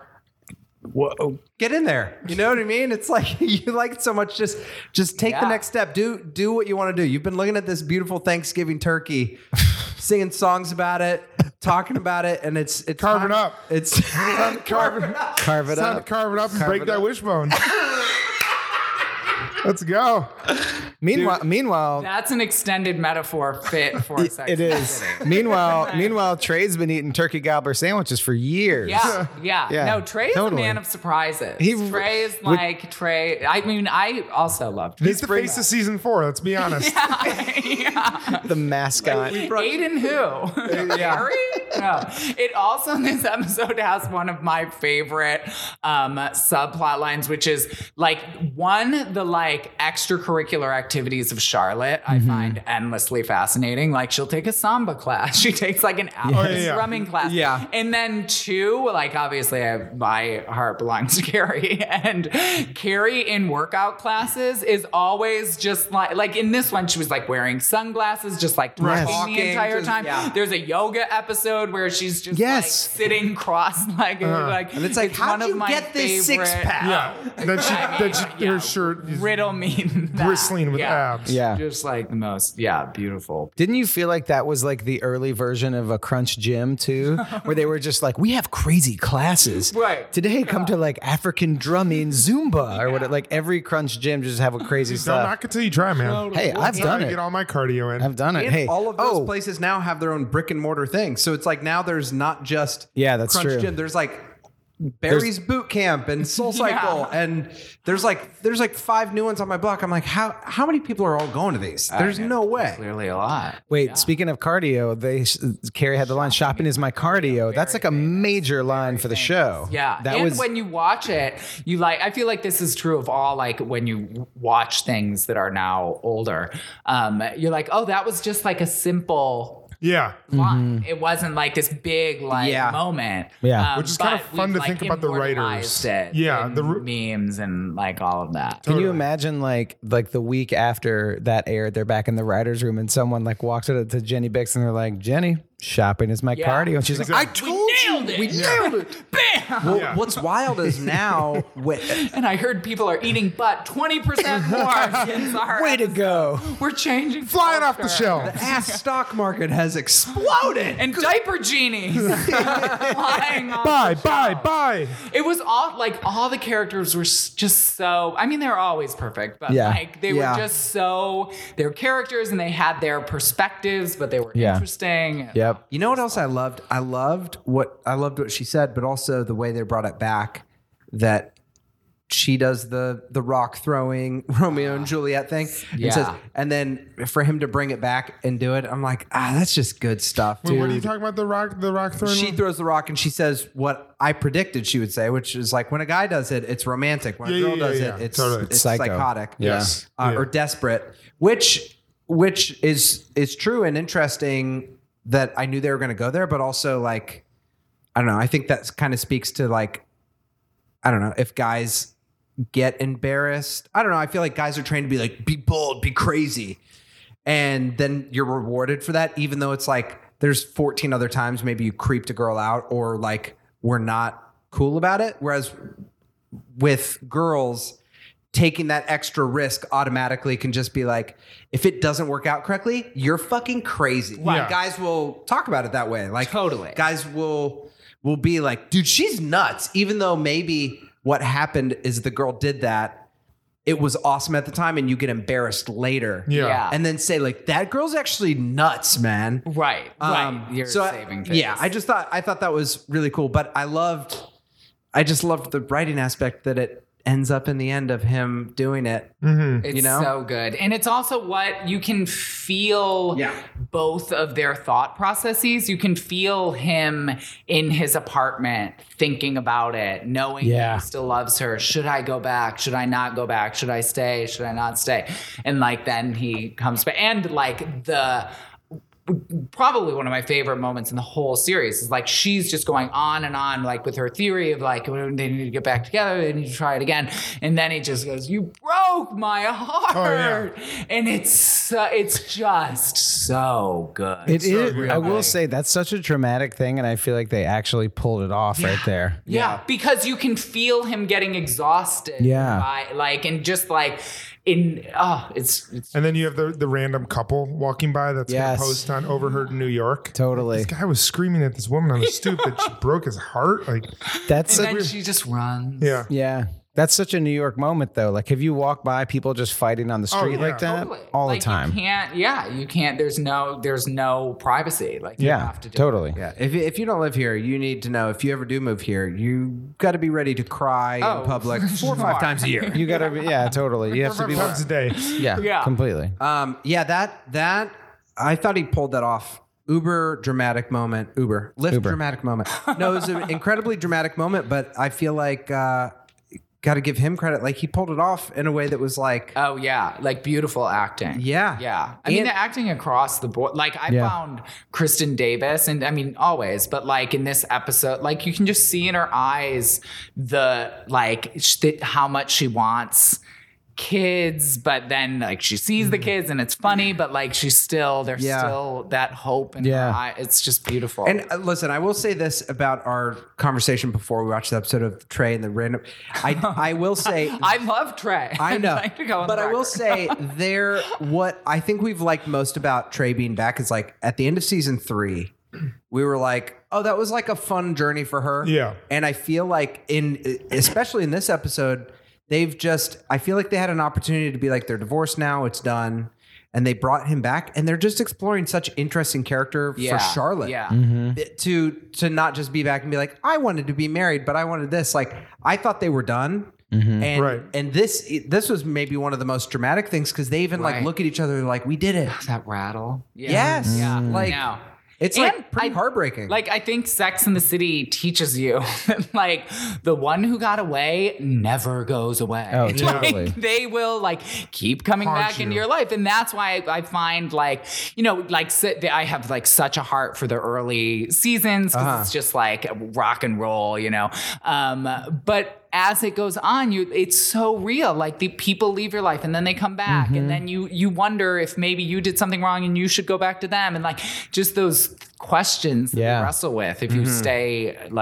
Whoa, get in there. You know what I mean? It's like you like it so much. Just just take the
Yeah.
next step. Do do what you want to do. You've been looking at this beautiful Thanksgiving turkey, singing songs about it, talking about it, and it's it's
Carve it
time-
up.
It's carve it up.
Carve it
It's time to
up.
carve it up and break that wishbone. Let's go.
Meanwhile, meanwhile,
That's an extended metaphor fit for sex.
It is. meanwhile, meanwhile, Trey's been eating turkey gobbler sandwiches for years.
Yeah, yeah,
Yeah,
No, Trey is
totally.
a man of surprises.
He-
Trey is
would-
like Trey. I mean, I also love Trey.
He's the face of season four. Let's be honest.
The mascot.
Aiden who? Gary? No. It also in this episode has one of my favorite um, subplot lines, which is like one, the like extracurricular activities of Charlotte, I find endlessly fascinating. Like she'll take a samba class. She takes like an
yeah,
hour
yeah.
drumming class.
Yeah.
And then two, like obviously I, my heart belongs to Carrie and Carrie in workout classes is always just like, like in this one, she was like wearing sunglasses, just like
Yes.
talking the entire
Just-
time.
yeah.
There's a yoga episode episode where she's just
Yes.
like sitting cross-legged, like
Uh-huh. And it's like, how'd
one of
you
my
get this
favorite-
six-pack?
Yeah, that she that she, her shirt is
Riddle me that.
bristling with
yeah.
abs.
Yeah.
Just like the most, yeah, beautiful.
Didn't you feel like that was like the early version of a crunch gym too, where they were just like, we have crazy classes.
Right.
Today, come to like African drumming, Zumba, or what? Like every crunch gym just have a crazy
Don't
stuff.
knock it till you try, man.
Hey, I've
Trying
done
to
it.
get all my cardio in.
I've done it.
And
Hey,
all of those
oh,
places now have their own brick and mortar thing. So it's like now there's not just
Yeah, that's
Crunch
true.
Gym. There's like Barry's Boot Camp and Soul Cycle, and there's like there's like five new ones on my block. I'm like, how how many people are all going to these? There's no way.
Clearly a lot.
Wait, speaking of cardio, they Carrie had the line "Shopping is my cardio." That's like a major line for the show.
Yeah.
that
and
was
when you watch it, you like, I feel like this is true of all, like when you watch things that are now older, um, you're like, oh, that was just like a simple
yeah,
line. It wasn't like this big, like
Yeah.
moment.
Mm-hmm. Yeah.
Um,
Which is kind of
but
fun
we've,
to
like,
think about the writers.
immortalized It
Yeah,
in
the r-
memes and like all of that.
Can you imagine like like the week after that aired, they're back in the writers' room and someone like walks up to Jenny Bix and they're like, "Jenny, shopping is my
Yeah.
cardio," and she's like,
I told
Nailed it. Bam.
Well,
Yeah.
What's wild is now with
And I heard people are eating butt 20% more since our
"Way to go!"
We're changing.
flying off the
culture.
shelf.
ass stock market has exploded.
And diaper genies flying off.
Bye, bye, bye.
It was all like all the characters were s- just so. I mean, they were always perfect, but
Yeah.
like they
Yeah.
were just so their characters and they had their perspectives, but they were
Yeah.
interesting.
Yep.
You know what else I loved? I loved what I loved what she said, but also the way they brought it back that she does the the rock throwing Romeo and Juliet thing
Yeah.
and says and then for him to bring it back and do it, I'm like, ah, that's just good stuff,
Wait, what are you
dude.
talking about? The rock, the rock throwing.
she
one?
throws the rock and she says what I predicted she would say, which is like when a guy does it, it's romantic. When
Yeah,
a girl
yeah,
does
yeah,
it,
yeah.
it's,
Totally.
it's
Psycho.
psychotic
Yes.
uh,
Yeah.
or desperate, which which is is true and interesting that I knew they were going to go there, but also like I don't know. I think that kind of speaks to like I don't know if guys get embarrassed. I don't know. I feel like guys are trained to be like be bold, be crazy, and then you're rewarded for that, even though it's like there's 14 other times maybe you creeped a girl out or like we're not cool about it. Whereas with girls taking that extra risk automatically can just be like if it doesn't work out correctly you're fucking crazy
Yeah.
guys will talk about it that way like
Totally.
guys will will be like dude she's nuts even though maybe what happened is the girl did that it was awesome at the time and you get embarrassed later
Yeah.
Yeah.
and then say like that girl's actually nuts man
Right.
um,
right. You're
so I-
saving face.
yeah, I just thought I thought that was really cool, but I loved, I just loved the writing aspect that it ends up in the end of him doing it.
It's
Mm. you know?
so good. And it's also what you can feel
Yeah.
both of their thought processes. You can feel him in his apartment thinking about it, knowing that
Yeah.
he still loves her. Should I go back? Should I not go back? Should I stay? Should I not stay? And like then he comes back and like the probably one of my favorite moments in the whole series is like she's just going on and on like with her theory of like well, they need to get back together they need to try it again and then he just goes you broke my
Oh,
heart and it's uh, it's just so good
It is. I will say that's such a dramatic thing, and I feel like they actually pulled it off right there.
Yeah, because you can feel him getting exhausted.
Yeah.
by, like and just like in oh, it's it's
And then you have the, the random couple walking by that's
Yes.
gonna post on Overheard in New York.
Totally.
This guy was screaming at this woman on the stoop that she broke his heart. Like,
That's
and
a,
then she just runs.
yeah.
yeah. That's such a New York moment though. Like, have you walked by people just fighting on the
Oh,
street
yeah.
like that
Totally.
all
Like,
the time?
You can't. Yeah, you can't. There's no. There's no privacy. Like you
yeah,
have to do
totally.
Yeah, if if you don't live here, you need to know if you ever do move here, you got to be ready to cry
Oh,
in public four or five times a year.
You gotta, be, yeah, totally. You have to
Five
be,
times a day.
yeah,
Yeah.
completely.
Um, yeah, that that I thought he pulled that off. Uber dramatic moment. Uber Lyft
Uber.
dramatic moment. No, it was an incredibly dramatic moment, but I feel like uh, got to give him credit. Like he pulled it off in a way that was like
It. Oh yeah, like beautiful acting.
Yeah.
yeah. I mean,
And-
the acting across the board. Like I
Yeah.
found Kristen Davis, and I mean always, but like in this episode, like you can just see in her eyes the like sh- th- how much she wants kids, but then like she sees the kids and it's funny, but like she's still there's
Mm. Yeah.
still that hope and
Yeah.
it's just beautiful.
And uh, listen, I will say this about our conversation before we watched the episode of Trey and the random. I I will say
I love Trey.
I
I'd
know.
like to go on
but
the
I will
record.
say there what I think we've liked most about Trey being back is like at the end of season 3 we were like, "Oh, that was like a fun journey for her."
Yeah.
And I feel like in especially in this episode, they've just I feel like they had an opportunity to be like they're divorced now, it's done. And they brought him back, and they're just exploring such interesting character
Yeah,
for Charlotte Mm.
Yeah.
to to not just be back and be like I wanted to be married but I wanted this like I thought they were done and
Right.
and this this was maybe one of the most dramatic things cuz they even like
Right.
look at each other like we did it
That rattle. Yeah.
yes
Yeah.
like
No.
it's
And
like pretty
I-
heartbreaking
Like I think Sex in the City teaches you that like the one who got away never goes away.
Oh,
Like,
totally.
they will like keep coming
Haunt
back
you.
into your life, and that's why I, I find like you know like si- I have like such a heart for the early seasons because
Uh-huh.
it's just like rock and roll, you know. Um, but as it goes on, you it's so real. Like the people leave your life and then they come back,
Mm-hmm.
and then you you wonder if maybe you did something wrong and you should go back to them, and like just those questions that
Yeah. Mm-hmm.
you wrestle with if you stay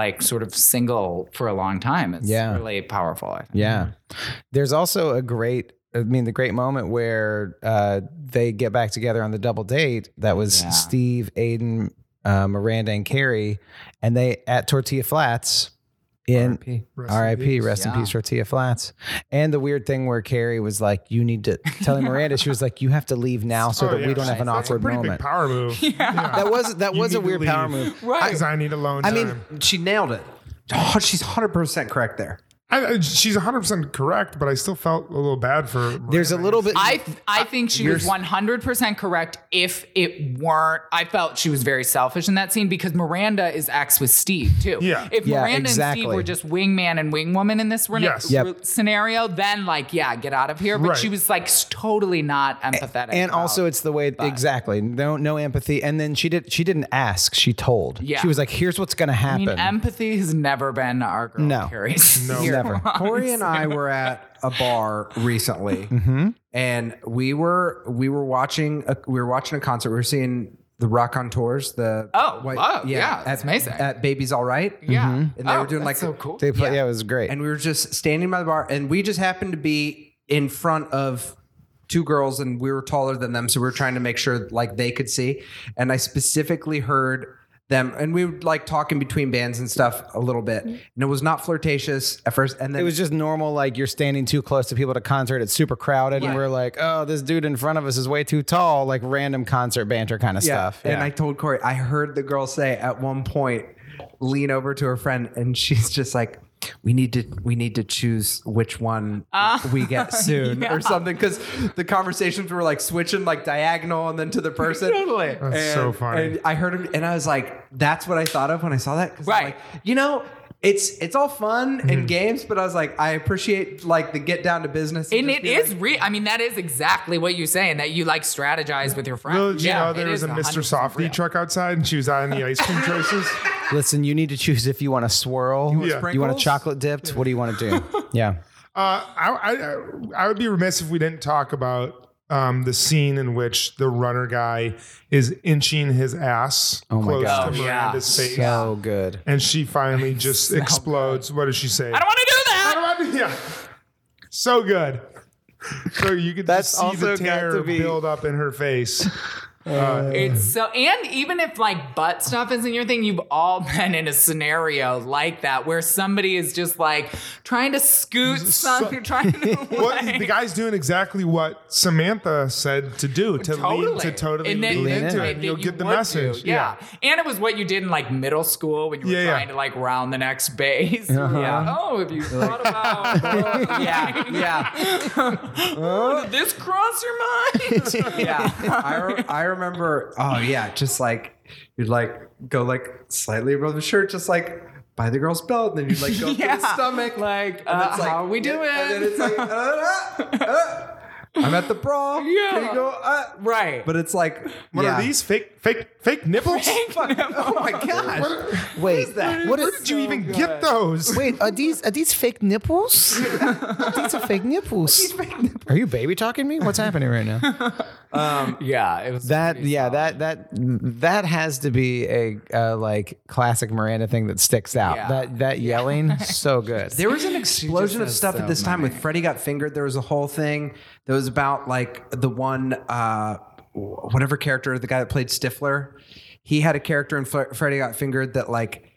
like sort of single for a long time. It's
Yeah.
really powerful. I think.
Yeah.
Mm-hmm.
There's also a great, I mean, the great moment where uh, they get back together on the double date. That was
Yeah.
Steve, Aiden, uh, Miranda, and Carrie. And they at Tortilla Flats in
Rest in
RIP,
peace.
rest in
Yeah.
peace, Tortilla Flats. And the weird thing where Carrie was like, you need to, telling Miranda, she was like, you have to leave now so
Oh,
that
yeah.
we don't have an
That's
awkward
a pretty
moment.
Big power move.
That was, that
You
was a
need to
weird
leave.
power move.
Because I need alone
I
time.
mean she nailed it oh, she's 100% correct there
I, I- she's 100% correct, but I still felt a little bad for. Miranda.
There's a little bit.
I I think she was one hundred percent correct. If it weren't, I felt she was very selfish in that scene because Miranda is ex with Steve too.
Yeah.
If
Yeah,
Miranda and
exactly.
Steve were just wingman and wingwoman in this rena-
Yes.
Yep.
re- scenario, then like yeah, get out of here. But
Right.
she was like s- totally not empathetic.
and
about-
also it's the way exactly no no empathy and then she did she didn't ask she told
Yeah.
she was like here's what's gonna
I
happen
mean, empathy has never been our girl.
No.
Carrie's.
No.
never
Corey and I were at a bar recently,
Mm-hmm.
and we were we were watching a, we were watching a concert. We were seeing the Rock on Tours. The
Oh, wow, yeah,
at,
that's amazing.
At Baby's All Right, Mm-hmm.
Yeah.
and they
Oh,
were doing
that's
like
so cool.
they play, yeah. it was great
and we were just standing by the bar, and we just happened to be in front of two girls, and we were taller than them, so we were trying to make sure like they could see. And I specifically heard them, and we would like talking between bands and stuff a little bit,
Mm-hmm.
and it was not flirtatious at first. And then
it was just normal like you're standing too close to people at a concert it's super crowded and we're like oh this dude in front of us is way too tall like random concert banter kind of stuff
And I told Corey, I heard the girl say at one point, lean over to her friend, and she's just like, we need to we need to choose which one
Uh,
we get soon or something because the conversations were like switching like diagonal and then to the person.
Totally.
And,
That's so funny.
And I heard him, and I was like, that's what I thought of when I saw that. 'cause I'm
Right.
like, you know. It's it's all fun
Mm-hmm.
and games, but I was like, I appreciate like the get down to business.
And
just
it
be
is
like-
real. I mean, that is exactly what you say, and that you like strategize with your friends.
Little did you
yeah,
know
it
there was
is
a Mr.
100%
Softy
real.
truck outside and she was out in the ice cream choices?
listen you need to choose if you want to swirl you want,
Yeah.
a
sprinkles?
chocolate dipped what do you want to do yeah
Uh, I, I I would be remiss if we didn't talk about um, the scene in which the runner guy is inching his ass
my
close
God.
to
Oh, yeah.
Miranda's face,
so good
and she finally just explodes. What does she say?
I don't want to do that.
I don't want to. Yeah, so good. So you could
That's
just see
also
the
got
tear
to be-
build up in her face. Uh,
It's so, and even if like butt stuff isn't your thing, you've all been in a scenario like that where somebody is just like trying to scoot something, trying to.
Well,
like-
the guy's doing exactly what Samantha said to do to lean, to totally
And then
lean
you-
into
and
it. And
then
you'll
you
get the
would do.
message.
Yeah. and it was what you did in like middle school when you were
Yeah, Uh-huh. yeah.
trying to like round the next base. You were like, oh, if you thought about, yeah, yeah. oh, did this cross your mind?
yeah. I, re- I remember, oh, yeah, just like you'd like go like slightly above the shirt, just like by the girl's belt, and then you'd like go through
Yeah.
the stomach.
Like,
and
uh, how we
and then
doing?
it's like, uh, uh, uh. I'm at the bra.
Yeah.
Can you go? Uh,
Right.
But it's like,
What
yeah.
are these fake fake fake nipples?
Fuck. Oh my gosh.
Wait, that? what
Where
is?
did you even get those?
Wait, are these are these fake nipples? these are fake nipples. Are you baby talking me? What's happening right now?
yeah, it was
That yeah, that that that has to be a uh, like classic Miranda thing that sticks out.
Yeah.
That that yelling, so good.
There was an explosion of
has
stuff
so
at this time with Freddie got fingered. There was a whole thing that was about like the one, uh, whatever character, the guy that played Stifler. He had a character in Fre- Freddie got fingered that like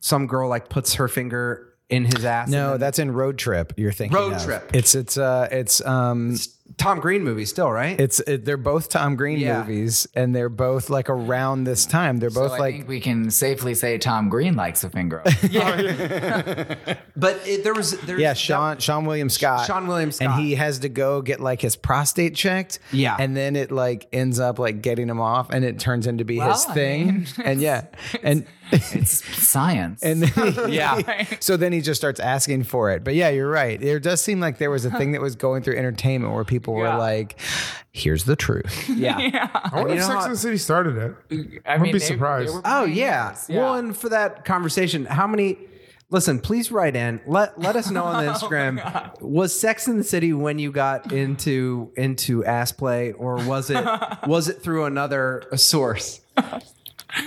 some girl like puts her finger in his ass. and
no,
then-
that's in Road Trip. You're thinking
Road
of.
Trip.
It's it's uh it's um
Tom Green movie still right.
it's it, they're both Tom Green
Yeah.
movies, and they're both like around this time. They're both
So I
like
think we can safely say Tom Green likes a finger.
but it, there was there
Yeah, Sean Sean William Scott.
Sean William Scott.
And he has to go get like his prostate checked.
Yeah.
And then it like ends up like getting him off and it turns into be his
Well, I
thing.
mean,
and yeah. And
it's science.
and then-
yeah.
so then he just starts asking for it. But yeah, you're right. It does seem like there was a thing that was going through entertainment where people
Yeah.
were like, here's the truth.
I wonder if
know
Sex
how-
and the City started it.
I mean,
be
they-
surprised.
they were-
Oh yeah.
Yeah.
Well, and for that conversation, how many? Listen, please write in. Let let us know on the Instagram.
Oh,
was Sex in the City when you got into into ass play, or was it was it through another source?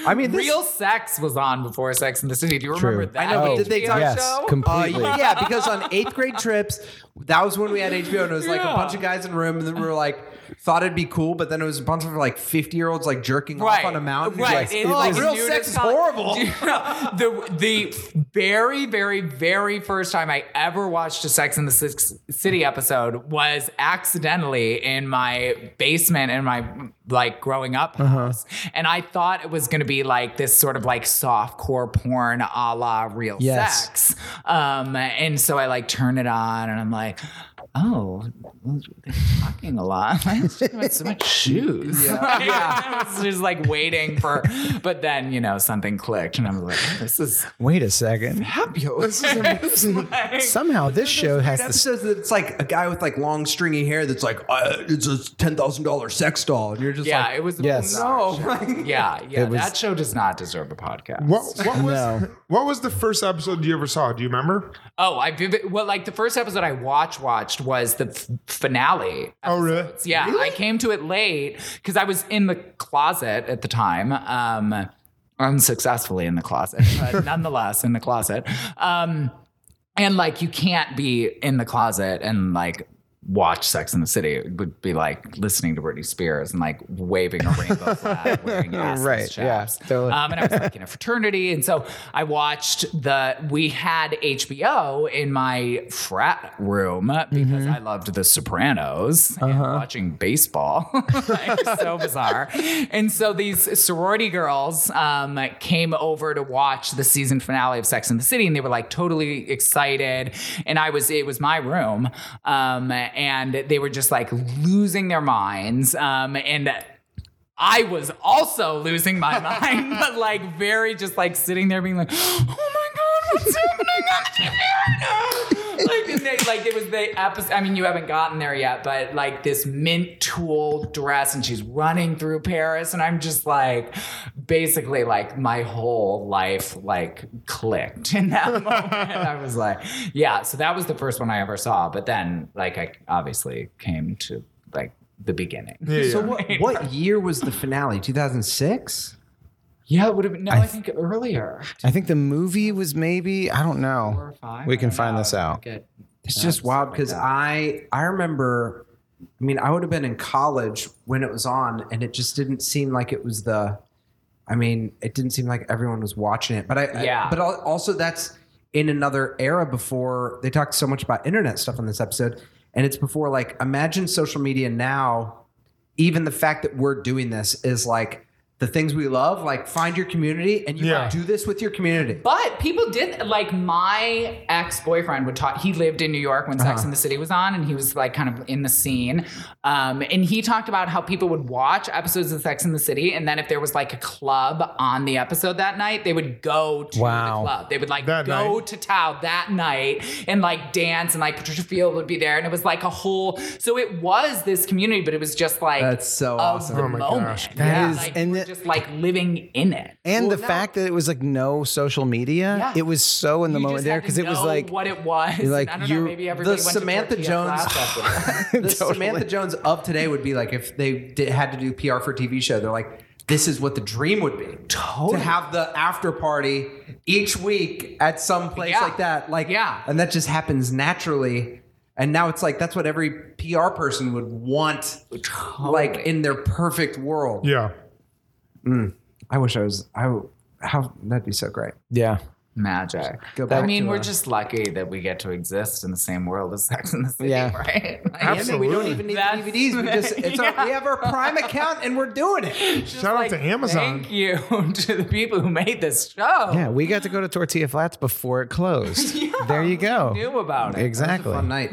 I mean, this,
Real sex was on before Sex in the City. Do you remember
True.
that?
I know, but
HBO
did they talk-
yes,
show?
Uh,
completely.
yeah, because on eighth grade trips, that was when we had HBO, and it was like
Yeah.
a bunch of guys in a room, and then we were like, thought it'd be cool, but then it was a bunch of like fifty year olds like jerking
Right.
off on a mountain.
Right.
Like,
It's
oh,
like
real
nudist
sex is
colony.
horrible.
Do you know, the the very very very first time I ever watched a Sex in the Six City episode was accidentally in my basement in my like growing up
Uh-huh.
house, and I thought it was going to be like this sort of like soft core porn a la real
Yes.
sex, um, and so I like turn it on and I'm like. Oh, they're talking a lot. Why is she wearing so much shoes? Yeah. I was just like waiting for, but then, you know, something clicked and I was like, oh, this is
Wait a second.
Fabulous.
Somehow this show has this.
episodes that it's like a guy with like long stringy hair that's like uh, it's a ten thousand dollar sex doll, and you're just
yeah,
like,
it was,
Yes.
no. Yeah, yeah.
It was-
that show does not deserve a podcast.
What, what was
No.
what was the first episode you ever saw? Do you remember?
Oh, I vivid. Well, like the first episode I watch watched was the f- finale.
Oh, really?
episodes. Yeah, I came to it late because I was in the closet at the time. Um, unsuccessfully in the closet, but nonetheless in the closet. Um, and like you can't be in the closet and like watch Sex in the City. It would be like listening to Britney Spears and like waving a rainbow flag, wearing assless
Right, yeah,
chaps.
totally.
Um, and I was like in a fraternity, and so I watched the. We had HBO in my frat room because I loved The Sopranos and watching baseball. Like, so bizarre. And so these sorority girls um, came over to watch the season finale of Sex and the City, and they were like totally excited. And I was, it was my room, um, and they were just like losing their minds. Um, and I was also losing my mind, but like very just like sitting there being like, oh my God, what's happening on TV right now? Like, and they, like it was the episode. I mean, you haven't gotten there yet, but like this mint tulle dress and she's running through Paris. And I'm just like, basically like my whole life like clicked in that moment. I was like, yeah. So that was the first one I ever saw. But then like I obviously came to like the beginning.
so what, what year was the finale? Two thousand six.
Yeah, it would have been. No, I, think earlier.
I think the movie was maybe, I don't know.
Four or five.
Oh, We
I
can
don't
find
know.
this out.
Good.
It's just wild because I I remember, I mean, I would have been in college when it was on, and it just didn't seem like it was the. I mean, it didn't seem like everyone was watching it, but I I-
Yeah.
but al- also, that's in another era before they talked so much about internet stuff on this episode, and it's before like imagine social media now. Even the fact that we're doing this is like the things we love. Like find your community, and you
Yeah.
do this with your community.
But people did like my ex boyfriend would talk. He lived in New York when Sex in the City was on, and he was like kind of in the scene. Um, and he talked about how people would watch episodes of Sex in the City, and then if there was like a club on the episode that night, they would go to
Wow.
the club. They would like
That
go
night.
to town that night and like dance, and like Patricia Field would be there, and it was like a whole. So it was this community, but it was just like
That's so
of
awesome.
the
Oh my
moment.
gosh.
That
yeah,
is-
like,
and
we're
it-
just like living in it.
And
Well,
the
no.
fact that it was like no social media,
Yeah.
it was so in the
You
moment
just
there
had to
because it was
know
like
what it was. and
like,
I don't
you-
know, maybe everybody
the
went to
Samantha
tortilla
Jones-
flats after that.
The Samantha Jones of today would be like if they did, had to do PR for a TV show. They're like, this is what the dream would be. Totally. To have the after party each week at some place
Yeah.
like that. Like,
Yeah.
And that just happens naturally. And now it's like that's what every PR person would want, like in their perfect world.
Yeah.
I wish I was. I w- how that'd be so great.
yeah.
Magic.
Go back
I mean,
to,
we're
uh,
just lucky that we get to exist in the same world as Sex and the City,
Yeah.
right? Like,
Absolutely.
We don't even need the
That's-
DVDs. We just it's our, we have our Prime account and we're doing it.
just
Shout out
like,
to Amazon.
Thank you to the people who made this show.
Yeah, we got to go to Tortilla Flats before it closed. there you go.
Knew about it.
Exactly.
Fun night.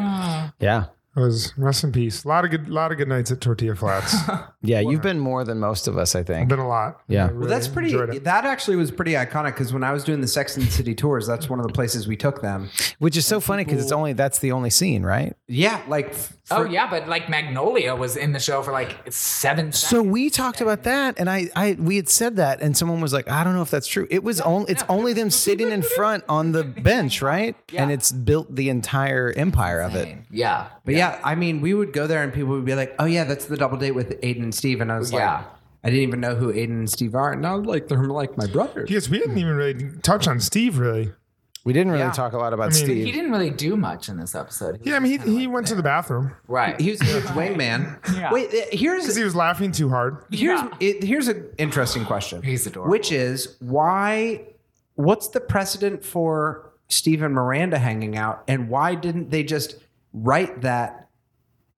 Yeah.
It was rest in peace. A lot of good, lot of good nights at Tortilla Flats.
Yeah, you've been more than most of us, I think.
Been a lot.
Yeah.
I
Well,
really
Well, that's pretty.
enjoyed it.
That actually was pretty iconic because when I was doing the Sex and the City tours, that's one of the places we took them.
Which is so funny because it's only that's the only scene, right?
Yeah, like f-
Oh
for-
yeah, but like Magnolia was in the show for like seven.
So we talked about that, and I, I, we had said that, and someone was like, "I don't know if that's true." It was only, it's only them sitting in front on the bench, right? And it's built the entire empire of it.
seconds. Yeah,
but yeah. I mean, we would go there and people would be like, "Oh yeah, that's the double date with Aiden and Steve," and I was
Yeah.
like, "I didn't even know who Aiden and Steve are," and I was like, "They're like my brothers."
Yes, we didn't even really touch on Steve, really.
We didn't really talk a lot about
he
Steve.
didn't really do much in this episode. He
Yeah, I
was
mean,
kinda
he, he went to the bathroom
right.
He was a huge wingman.
Yeah.
Wait, uh, here's
because he was laughing too hard.
here's
Yeah.
it, here's an interesting question.
He's adorable.
Which is why? What's the precedent for Steve and Miranda hanging out, and why didn't they just write that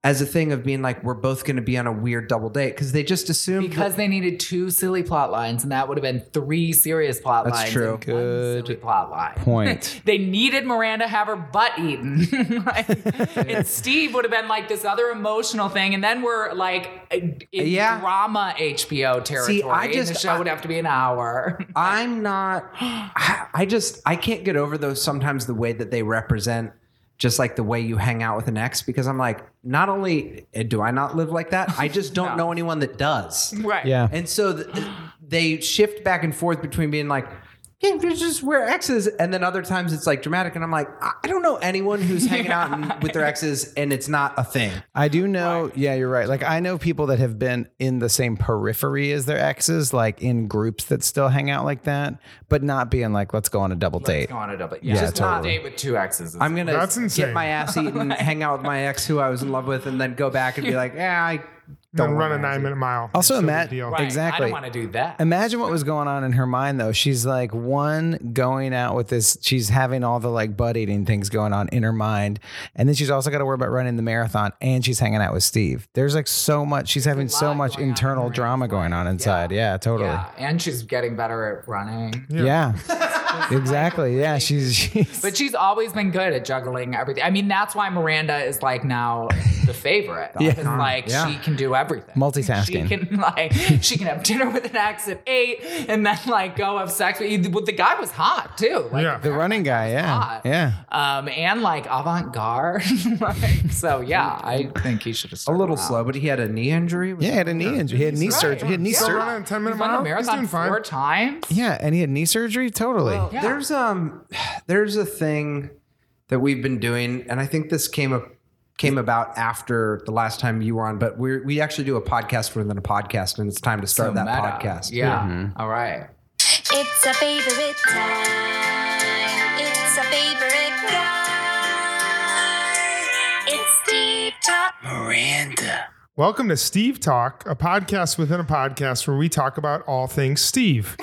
as a thing of being like we're both going to be on a weird double date? Because they just assumed
because they needed two silly plot lines, and that would have been three serious plot
That's
lines.
true.
and one silly
Good
plot line.
point.
they needed Miranda to have her butt eaten, Like, and Steve would have been like this other emotional thing, and then we're like in
Yeah.
drama HBO territory. and the
just-
show would have to be an hour.
I'm not. I I just I can't get over those sometimes the way that they represent just like the way you hang out with an ex because I'm like not only eh, do I not live like that I just don't
No.
know anyone that does
right?
Yeah,
and so th- they shift back and forth between being like yeah this is where exes and then other times it's like dramatic and I'm like I I don't know anyone who's hanging out and, with their exes and it's not a thing
I do know. Yeah, you're right. Like I know people that have been in the same periphery as their exes, like in groups that still hang out like that, but not being like, "Let's go on a double date."
Go on a double. Yeah,
Yeah,
just not
totally.
date with two exes.
I'm gonna
That's
get
insane.
my ass eaten hang out with my ex who I was in love with and then go back and be like yeah I
Don't
want
run a
to
nine minute mile.
Also,
It's no
Matt-
big deal.
right. I
exactly.
don't want to do that.
Imagine what was going on in her mind though. She's like one going out with this. She's having all the like butt eating things going on in her mind, and then she's also got to worry about running the marathon, and she's hanging out with Steve. There's like so much. She's having so
lot
much
going on in
internal
her
drama going on inside. Yeah, totally.
yeah, and she's getting better at running.
Yeah, exactly. Yeah, she's, she's
But she's always been good at juggling everything. I mean, that's why Miranda is like now the favorite. Because, Like she can do everything.
Multitasking.
She can like she can have dinner with an ex at eight and then like go have sex with well, the guy was hot too. Like,
Yeah.
the running guy. Yeah,
hot.
yeah.
Um and like avant garde. like, so yeah, I think he should have
a
started
little
out.
slow, but he had a knee injury. Was
Yeah, he had a knee injury. He had knee
Right.
surgery. He had knee
Yeah.
Still
surgery.
running a ten minute
He's run a
mile. He's
marathon
doing fine.
four times.
Yeah, and he had knee surgery. Totally.
Yeah.
There's um, there's a thing that we've been doing, and I think this came up came about after the last time you were on. But we we actually do a podcast within a podcast, and it's time to start that
Meta.
podcast.
Yeah.
Mm-hmm.
All right.
It's a favorite time. It's a favorite time. It's deep top.
Welcome to Steve Talk, a podcast within a podcast where we talk about all things Steve.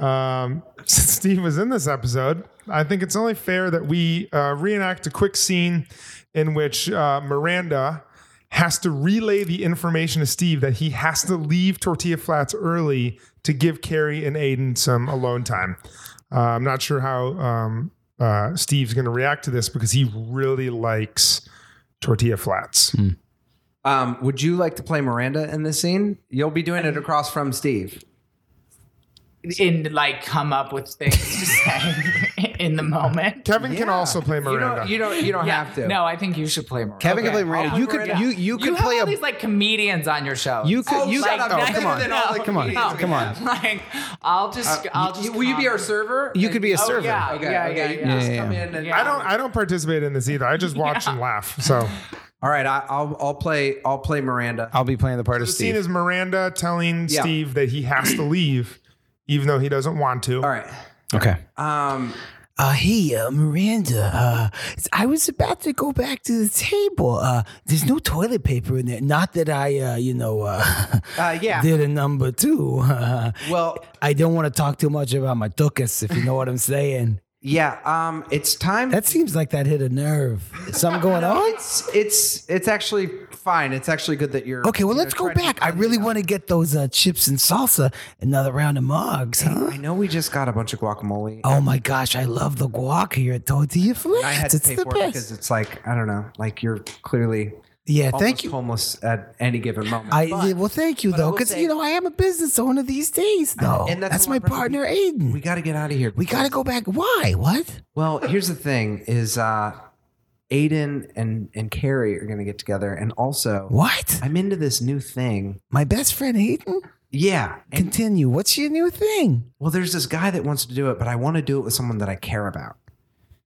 um, since Steve was in this episode, I think it's only fair that we uh, reenact a quick scene in which uh, Miranda has to relay the information to Steve that he has to leave Tortilla Flats early to give Carrie and Aiden some alone time. Uh, I'm not sure how um, uh, Steve's going to react to this because he really likes Tortilla Flats.
Um, would you like to play Miranda in this scene? You'll be doing it across from Steve.
and like come up with things to say in the moment.
Kevin can also play Miranda.
You don't. You don't, you don't
Yeah.
have to.
No, I think you should play Miranda.
Kevin
Okay,
can play Miranda.
I'll
You
play
could
Miranda.
you you could
have
play a
all these like comedians on your show.
You could- you-
like,
shut up. Oh,
that's-
come on.
no,
No,
Come on.
no.
Come on. Uh,
Like, I'll just, I'll just.
You- will you be our
comment.
server?
you could be a
Oh,
server.
yeah,
Okay.
yeah,
okay.
yeah,
you
yeah.
can just
Yeah.
come in and
I don't. I don't participate in this either. I just watch and laugh. So
All right. I, I'll. I'll play. I'll play Miranda.
I'll be playing the part of
the scene
Steve.
is Miranda telling
Yeah.
Steve that he has to leave, even though he doesn't want to.
All right.
okay.
Um.
Uh, hey, uh, Miranda. Uh, I was about to go back to the table. Uh, there's no toilet paper in there. Not that I, uh, you know, uh,
Uh, yeah.
did a number two. Uh,
Well.
I don't want to talk too much about my tuchus, if you know what I'm saying.
Yeah. Um. It's time.
That seems like that hit a nerve. Something going on?
it's it's it's actually fine. It's actually good that you're
Okay, well,
you know,
let's go
trying to-
back. I really want to get those uh, chips and salsa. Another round of mugs, huh?
I know we just got a bunch of guacamole.
Oh my gosh, I love the guac here at Tortilla Flats.
I had to
it's
pay
the
for it
best.
because it's like I don't know, like you're clearly
yeah,
almost
thank you.
homeless at any given moment.
I yeah, well, thank you though,
will
because
say-
you know I am a business owner these days, though.
and
that's,
that's what
my
I'm referring-
partner Aiden.
we
We,
got to get out of here.
got to go back. Why? What?
Well, here's the thing: is uh, Aiden and and Carrie are gonna get together, and also
What?
I'm into this new thing.
My best friend Aiden.
Yeah. And,
Continue. What's your new thing?
well, there's this guy that wants to do it, but I want to do it with someone that I care about.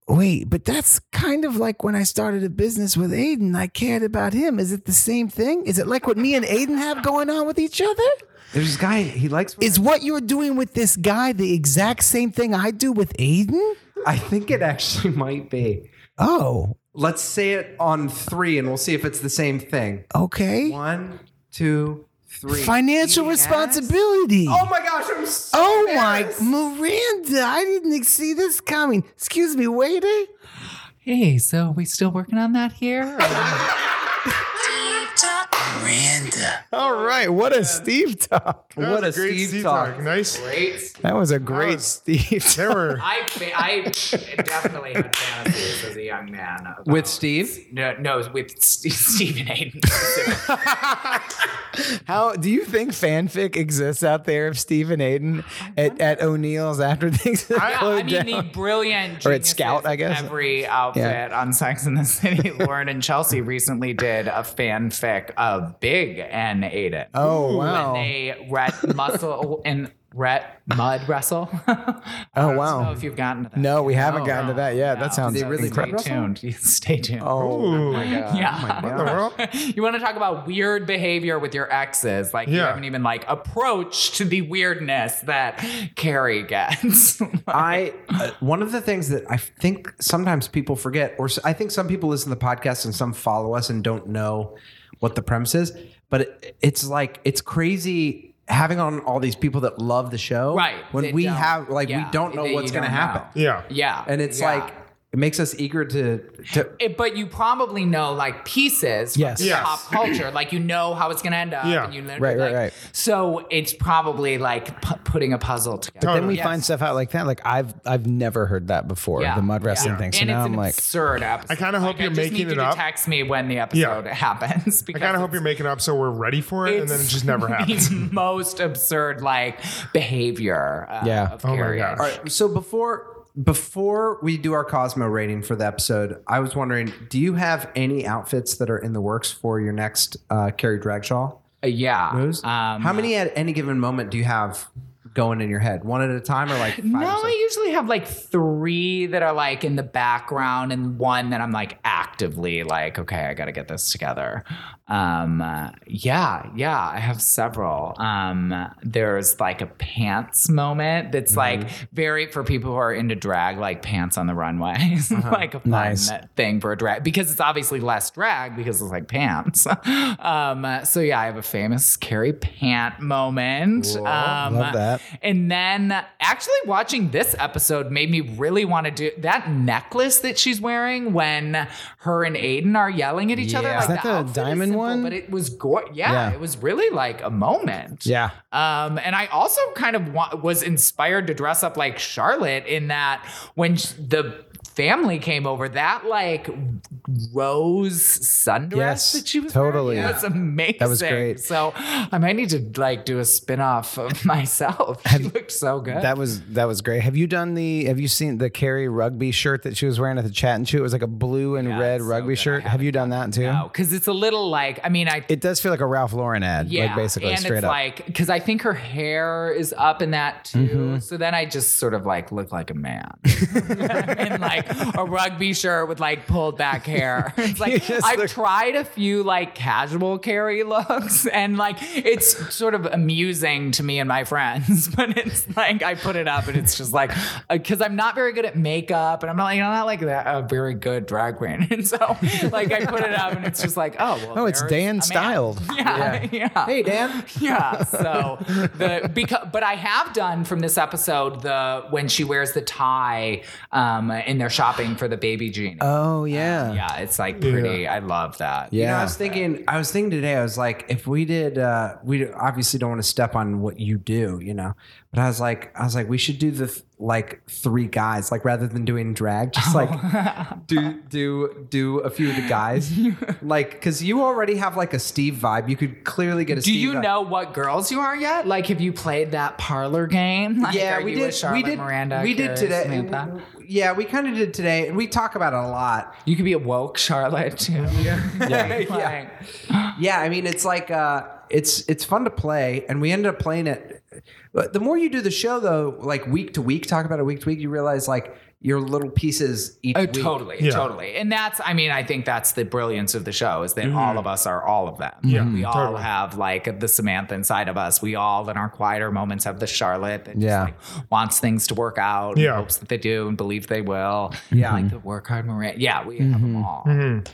Wait, but that's kind of like when I started a business with Aiden. I cared about him. Is it the same thing? Is it like what me and Aiden have going on with each other?
There's this guy he likes.
Is what you're doing with this guy the exact same thing I do with Aiden?
I think it actually might be.
Oh,
Let's say it on three, and we'll see if it's the same thing.
okay.
One, two, three.
Financial
Yes.
responsibility.
Oh my gosh, I'm so
Oh my,
embarrassed.
Miranda! I didn't see this coming. Excuse me, waiter.
Hey, so we still working on that here?
All right. What a Steve talk.
That
What
was
a Steve talk.
Nice.
Great.
That was a great
was-
Steve.
There were.
I, I definitely had fantasies as a young man. about-
With Steve?
No, no, with Steve, Stephen Hayden.
How do you think fanfic exists out there of Steve and Aiden at, at O'Neill's after things have
Yeah, I
slowed
mean
down?
the brilliant
Or at
geniuses
Scout, I
of
guess.
every outfit on Sex in the City. Lauren and Chelsea recently did a fanfic of Big and Aiden.
Oh
when
wow!
they ret muscle and ret mud wrestle. I don't
Oh, wow.
know if you've gotten to that.
No, we haven't
No,
gotten to that yet. that sounds
Did they really
incredible.
mud
Stay tuned. Stay tuned.
Oh,
Ooh.
yeah.
What the world?
you want to talk about weird behavior with your exes? Like you
Yeah.
haven't even like approached to the weirdness that Carrie gets.
I uh, one of the things that I think sometimes people forget, or s- I think some people listen to the podcast and some follow us and don't know what the premise is. But it, it's like it's crazy having on all these people that love the show,
Right. They
When we
don't.
have like
Yeah.
we don't know
They-
what's
you
going to
don't
happen,
know.
Yeah.
yeah,
and it's
yeah.
like it makes us eager to. to
It- but you probably know like pieces
Yes.
from
Yes.
pop culture. Like you know how it's gonna end up.
Yeah.
And you
Right,
literally,
right,
like-
right.
So it's probably like pu- putting a puzzle together.
Then we
Yes.
find stuff out like that. Like I've I've never heard that before.
Yeah.
The mud wrestling
Yeah.
thing. So
and
now
it's
I'm
an
like,
absurd episode.
I kinda hope
Like,
you're
just
making
need you
it
to
up.
Text me when the episode happens.
I kind of hope you're making up so we're ready for it, and then it just never happens.
The most absurd like behavior. Uh,
Yeah.
Of
Oh my
Carrie.
gosh.
all right, so before. Before we do our Cosmo rating for the episode, I was wondering, do you have any outfits that are in the works for your next uh, Carrie Dragshaw?
Uh, yeah.
Moves?
Um,
How many at any given moment do you have going in your head? One at a time or like five?
No,
or something?
I usually have like three that are like in the background and one that I'm like actively like, okay, I gotta get this together. Um, uh, yeah, yeah, I have several. Um, there's like a pants moment that's like very for people who are into drag, like pants on the runway, is like a fun
Nice.
thing for a drag because it's obviously less drag because it's like pants. um, uh, so yeah, I have a famous Carrie pant moment. Um,
Love that.
And then actually watching this episode made me really want to do that necklace that she's wearing when her and Aiden are yelling at each other.
Yeah.
Like
Is that the
outfit is
diamond
simple,
one?
But it was gore. Yeah,
Yeah.
it was really like a moment.
Yeah.
Um, and I also kind of wa- was inspired to dress up like Charlotte in that when sh- the family came over, that like rose sundress
Yes,
that she was
totally.
wearing was amazing.
That was great.
So I might need to like do a spin off of myself. She looked so good.
That was that was great. Have you done the? Have you seen the Carrie rugby shirt that she was wearing at the chat and shoot? It was like a blue and red
it's so
rugby
good. I
shirt. Have you done that too?
because it's a little like I mean I
It does feel like a Ralph Lauren ad,
yeah
like basically
and
straight
it's
up.
like because I think her hair is up in that too.
Mm-hmm.
So then I just sort of like look like a man in like a rugby shirt with like pulled back hair. It's like
just
I've
look-
tried a few like casual carry looks and like it's sort of amusing to me and my friends, but it's like I put it up and it's just like because I'm not very good at makeup and I'm not like I'm not like that a very good drag queen, and so like I put it up and it's just like oh well,
oh, it's
there's a
Dan
man.
styled.
Yeah, yeah.
Hey, Dan.
Yeah. So the because but I have done from this episode the when she wears the tie um in their shopping for the baby genie.
Oh yeah.
yeah, it's like pretty. I love that.
You know, I
Yeah.
was thinking. I was thinking today. I was like, if we did, uh, we obviously don't want to step on what you do, you know. But I was like, I was like, we should do the th- like three guys, like rather than doing drag, just like
Oh.
do do do a few of the guys, like because you already have like a Steve vibe. You could clearly get a.
Do
Steve
you
vibe.
know what girls you are yet? Like, have you played that parlor game? Like,
yeah,
are
we
you
did.
with Charlotte
we did.
Miranda.
we did
Carrie
today.
Samantha?
Yeah, we kind of did today, and we talk about it a lot.
You could be a woke Charlotte too. Yeah.
Yeah. yeah i mean it's like uh it's it's fun to play and we ended up playing it but the more you do the show though like week to week talk about it week to week you realize like your little pieces each
Oh,
week
totally,
Yeah.
totally. And that's, I mean, I think that's the brilliance of the show is that all of us are all of them.
Mm-hmm. Yeah,
we all
totally.
have like the Samantha inside of us. We all, in our quieter moments, have the Charlotte that
Yeah.
just like wants things to work out, and
Yeah.
hopes that they do, and believes they will. Yeah, like the work hard Maria. Yeah, we have them all.
Mm-hmm.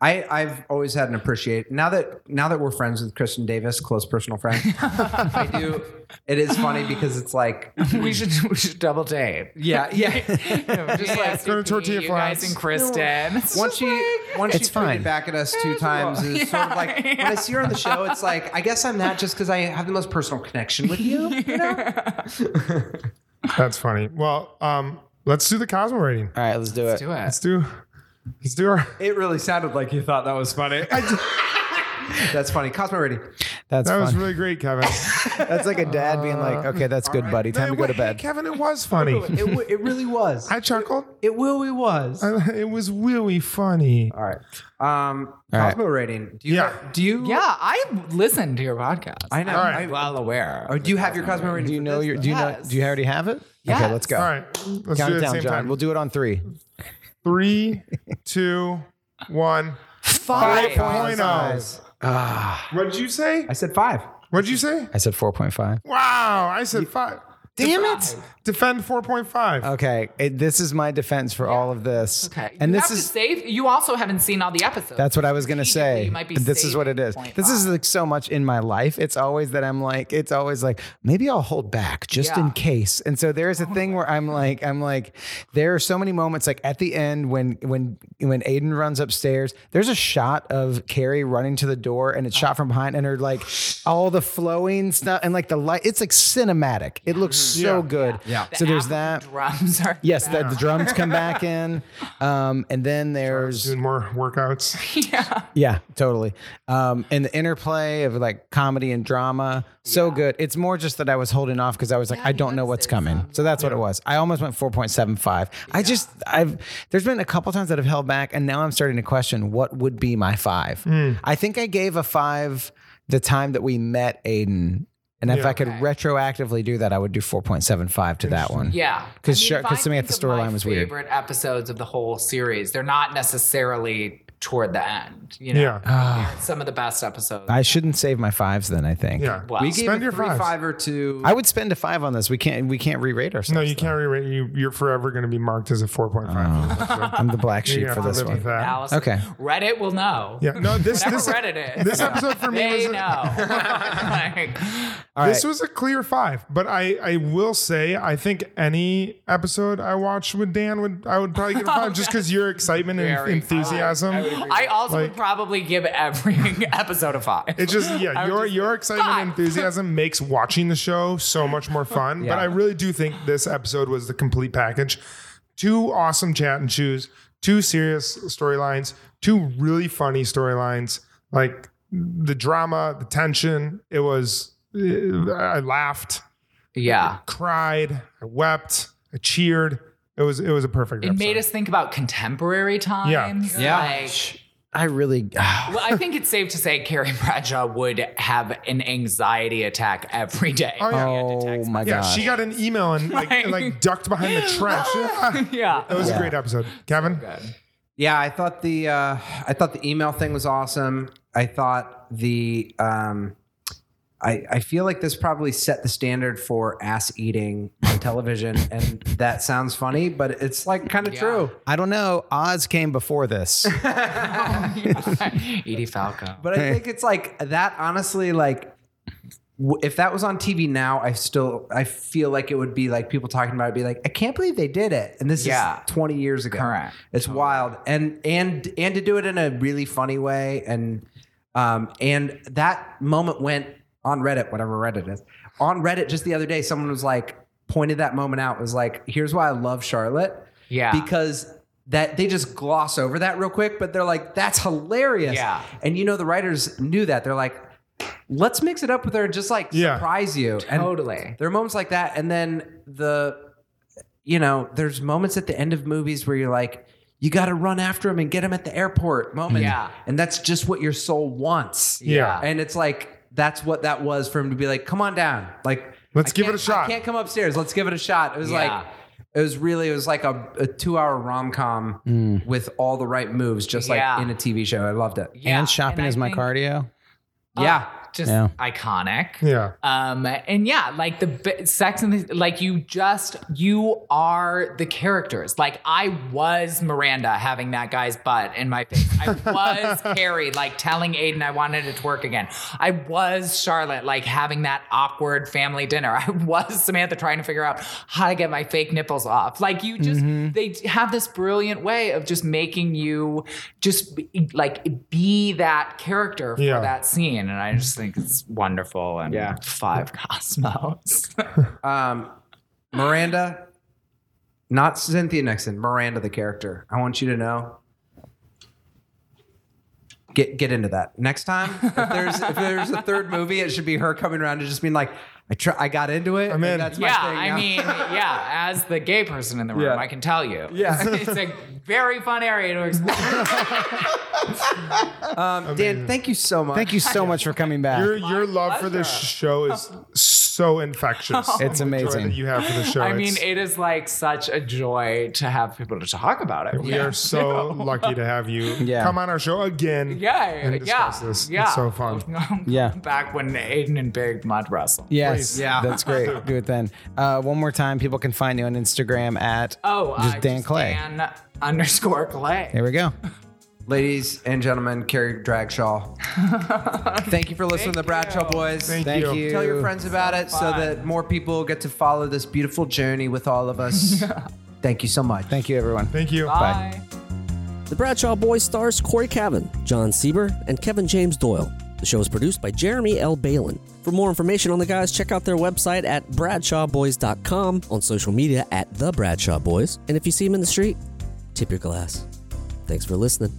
i i've always had an appreciate now that now that we're friends with kristen davis close personal friend i do it is funny because it's like
We should we should double date.
yeah yeah
Just like
go to Tortilla
you guys
Flats.
and Kristen. It's
once
just
she
like-
once she
It's
tweeted
fine.
back at us two times is sort of like when I see her on the show, it's like I guess I'm that just because I have the most personal connection with you. you know?
That's funny. Well, um, let's do the Cosmo rating.
All right, let's do it.
do it.
Let's do. Let's do our.
It really sounded like you thought that was funny. That's funny. Cosmo ready.
That's
That
fun.
was really great, Kevin.
That's like a dad being
Uh,
like, "Okay, that's good, buddy. Time to go to
Hey,
bed."
Kevin, it was funny.
It, w- it really was.
I chuckled.
It really was. All
It was really funny.
right. Um,
right.
Cosmo rating. Do you?
Yeah.
Do you?
Yeah, I listened to your podcast.
I know.
All right.
I-
I'm well aware.
or do you have your Cosmo rating?
Do you
for
know
this,
your?
though?
Do you know?
Yes.
Do you already have it? Okay,
Yes.
let's go.
All right,
Count
let's
it
do it at the
down,
same
John.
time.
We'll do it on three.
Three, two, one.
Five.
4.0.
Ah.
What'd you say?
I said five.
What'd you say?
I said four point five.
Wow, I said five.
Damn it! Uh,
Defend 4.5.
Okay, it, this is my defense for all of this.
Okay.
and
you
this
have to
is
save. You also haven't seen all the episodes.
that's what I was gonna
Strategically,
say.
you might be
But this is what it is. This is
8.5.
like so much in my life. It's always that I'm like, it's always like, maybe I'll hold back just
Yeah. Oh
in case. And so there's a thing where I'm like, I'm like, there are so many moments like at the end when when when Aiden runs upstairs. There's a shot of Carrie running to the door, and
Uh.
it's shot from behind, and her like all the flowing stuff and like the light. It's like cinematic. It looks so good. Yeah. So
The
there's
African
that.
Drums are.
Yes, the, the drums come back in, um, and then there's
Doing more workouts.
yeah, totally, um, and the interplay of like comedy and drama, so good. It's more just that I was holding off because I was like, I don't know what's coming, so that's what it was. I almost went four point seven five. I just I've there's been a couple times that I've held back, and now I'm starting to question what would be my five. I think I gave a five the time that we met Aiden, and if I could retroactively do that, I would do four point seven five to that one.
Yeah.
'Cause
I mean,
Shar-
if I
'cause Samantha's
think of my
storyline was weird.
Favorite episodes of the whole series. They're not necessarily toward the end. You know,
Yeah.
some of the best episodes.
Ah. I shouldn't save my fives then. I think.
Yeah.
Wow.
We gave
Spend
a
your
three
fives.
five or two.
I would spend a five on this. We can't. We can't re-rate ourselves.
No, you can't rewrite. You, you're forever going to be marked as a 4.5.
Oh.
I'm the black
You're
sheep
gonna
for
have to
this
live with
one.
that.
Allison.
Okay.
Reddit will know.
Yeah. No, this
Whatever
this
Reddit is.
this episode for me
They
was a-
know. Like,
All right.
This was a clear five, but I, I will say I think any episode I watched with Dan would I would probably give a five just because your excitement and
Very
enthusiasm.
I also
Like-
would probably give every episode a five.
It just yeah,
would
your
just-
your excitement and
Five.
enthusiasm makes watching the show so much more fun. But I really do think this episode was the complete package. Two awesome chat and chews, two serious storylines, two really funny storylines. Like the drama, the tension. It was I laughed,
yeah.
cried, I wept, I cheered. It was it was a perfect.
It made us think about contemporary times.
Yeah.
Like,
I really.
well, I think it's safe to say Carrie Bradshaw would have an anxiety attack every day.
Oh, yeah.
Oh my
Yeah,
god.
she got an email and like,
Right.
like ducked behind the trench. Yeah.
Yeah.
That was a great episode,
Oh
Kevin.
Yeah, I thought the uh, I thought the email thing was awesome. I thought the um, I I feel like this probably set the standard for ass eating on television, and that sounds funny, but it's like kind of
Yeah.
true.
I don't know. Oz came before this.
Edie Falco.
But I think it's like that. Honestly, like w- if that was on TV now, I still I feel like it would be like people talking about it. Be like, I can't believe they did it, and this
Yeah.
is twenty years ago.
Correct.
It's wild, and and and to do it in a really funny way, and um and that moment went on Reddit, whatever Reddit is. On Reddit, just the other day, someone was like pointed that moment out. Was like, here's why I love Charlotte
Yeah.
because that they just gloss over that real quick, but they're like, that's hilarious.
Yeah.
And you know, the writers knew that. They're like, let's mix it up with her and just like
Yeah.
surprise you.
Totally.
And there are moments like that. And then the, you know, there's moments at the end of movies where you're like, you got to run after him and get him at the airport moment.
Yeah.
And that's just what your soul wants.
Yeah.
And it's like, that's what that was for him to be like, come on down. Like,
Let's
I
give it
can't-
a shot.
I can't come upstairs. Let's give it a shot. It was
Yeah.
like, it was really, it was like a, a two hour rom com
Mm.
with all the right moves, just like
Yeah.
in a TV show. I loved it.
yeah.
And shopping
I
is my
think- Oh,
cardio.
Yeah.
Just
Yeah.
iconic.
Yeah.
Um, and yeah, like the bi- sex and the, like you just, you are the characters. Like I was Miranda having that guy's butt in my face. I was Carrie, like telling Aiden I wanted it to work again. I was Charlotte, like having that awkward family dinner. I was Samantha trying to figure out how to get my fake nipples off. Like you just, they have this brilliant way of just making you just be- like be that character for
Yeah.
that scene. And I just think it's wonderful. And
Yeah.
five cosmos.
Um, Miranda, not Cynthia Nixon, Miranda, the character. I want you to know. Get get into that next time. If there's if there's a third movie, it should be her coming around and just being like, I try, I got into it.
I'm
and
in.
That's my
yeah,
thing.
I
now."
mean, yeah, as the gay person in the room,
Yeah.
I can tell you.
Yeah.
It's, a very fun area to explore.
um, Dan, thank you so much.
Thank you so much for coming back.
Your your love for this show is so infectious.
It's
The joy
amazing.
that you have for the show.
Oh. I mean,
It's-
it is like such a joy to have people to talk about it.
we
with.
are so lucky to have you
Yeah.
come on our show again.
Yeah,
and discuss
yeah,
this.
yeah.
It's so fun.
Yeah.
Back when Aiden and Big Mud wrestled.
Yes,
Please.
yeah, that's great. Do it then. Uh, one more time, people can find you on Instagram at
Oh,
just
uh,
Dan Clay.
Dan underscore Clay.
There we go.
Ladies and gentlemen, Carrie Dragshaw. Thank you for listening to the Bradshaw Boys.
Thank,
Thank you.
Tell your friends about it so
fun.
that more people get to follow this beautiful journey with all of us. Thank you so much.
Thank you, everyone.
Thank you.
Bye.
The Bradshaw Boys stars Corey Cavan, John Sieber, and Kevin James Doyle. The show is produced by Jeremy L. Balin. For more information on the guys, check out their website at bradshawboys.com, on social media at The Bradshaw Boys, and if you see them in the street, tip your glass. Thanks for listening.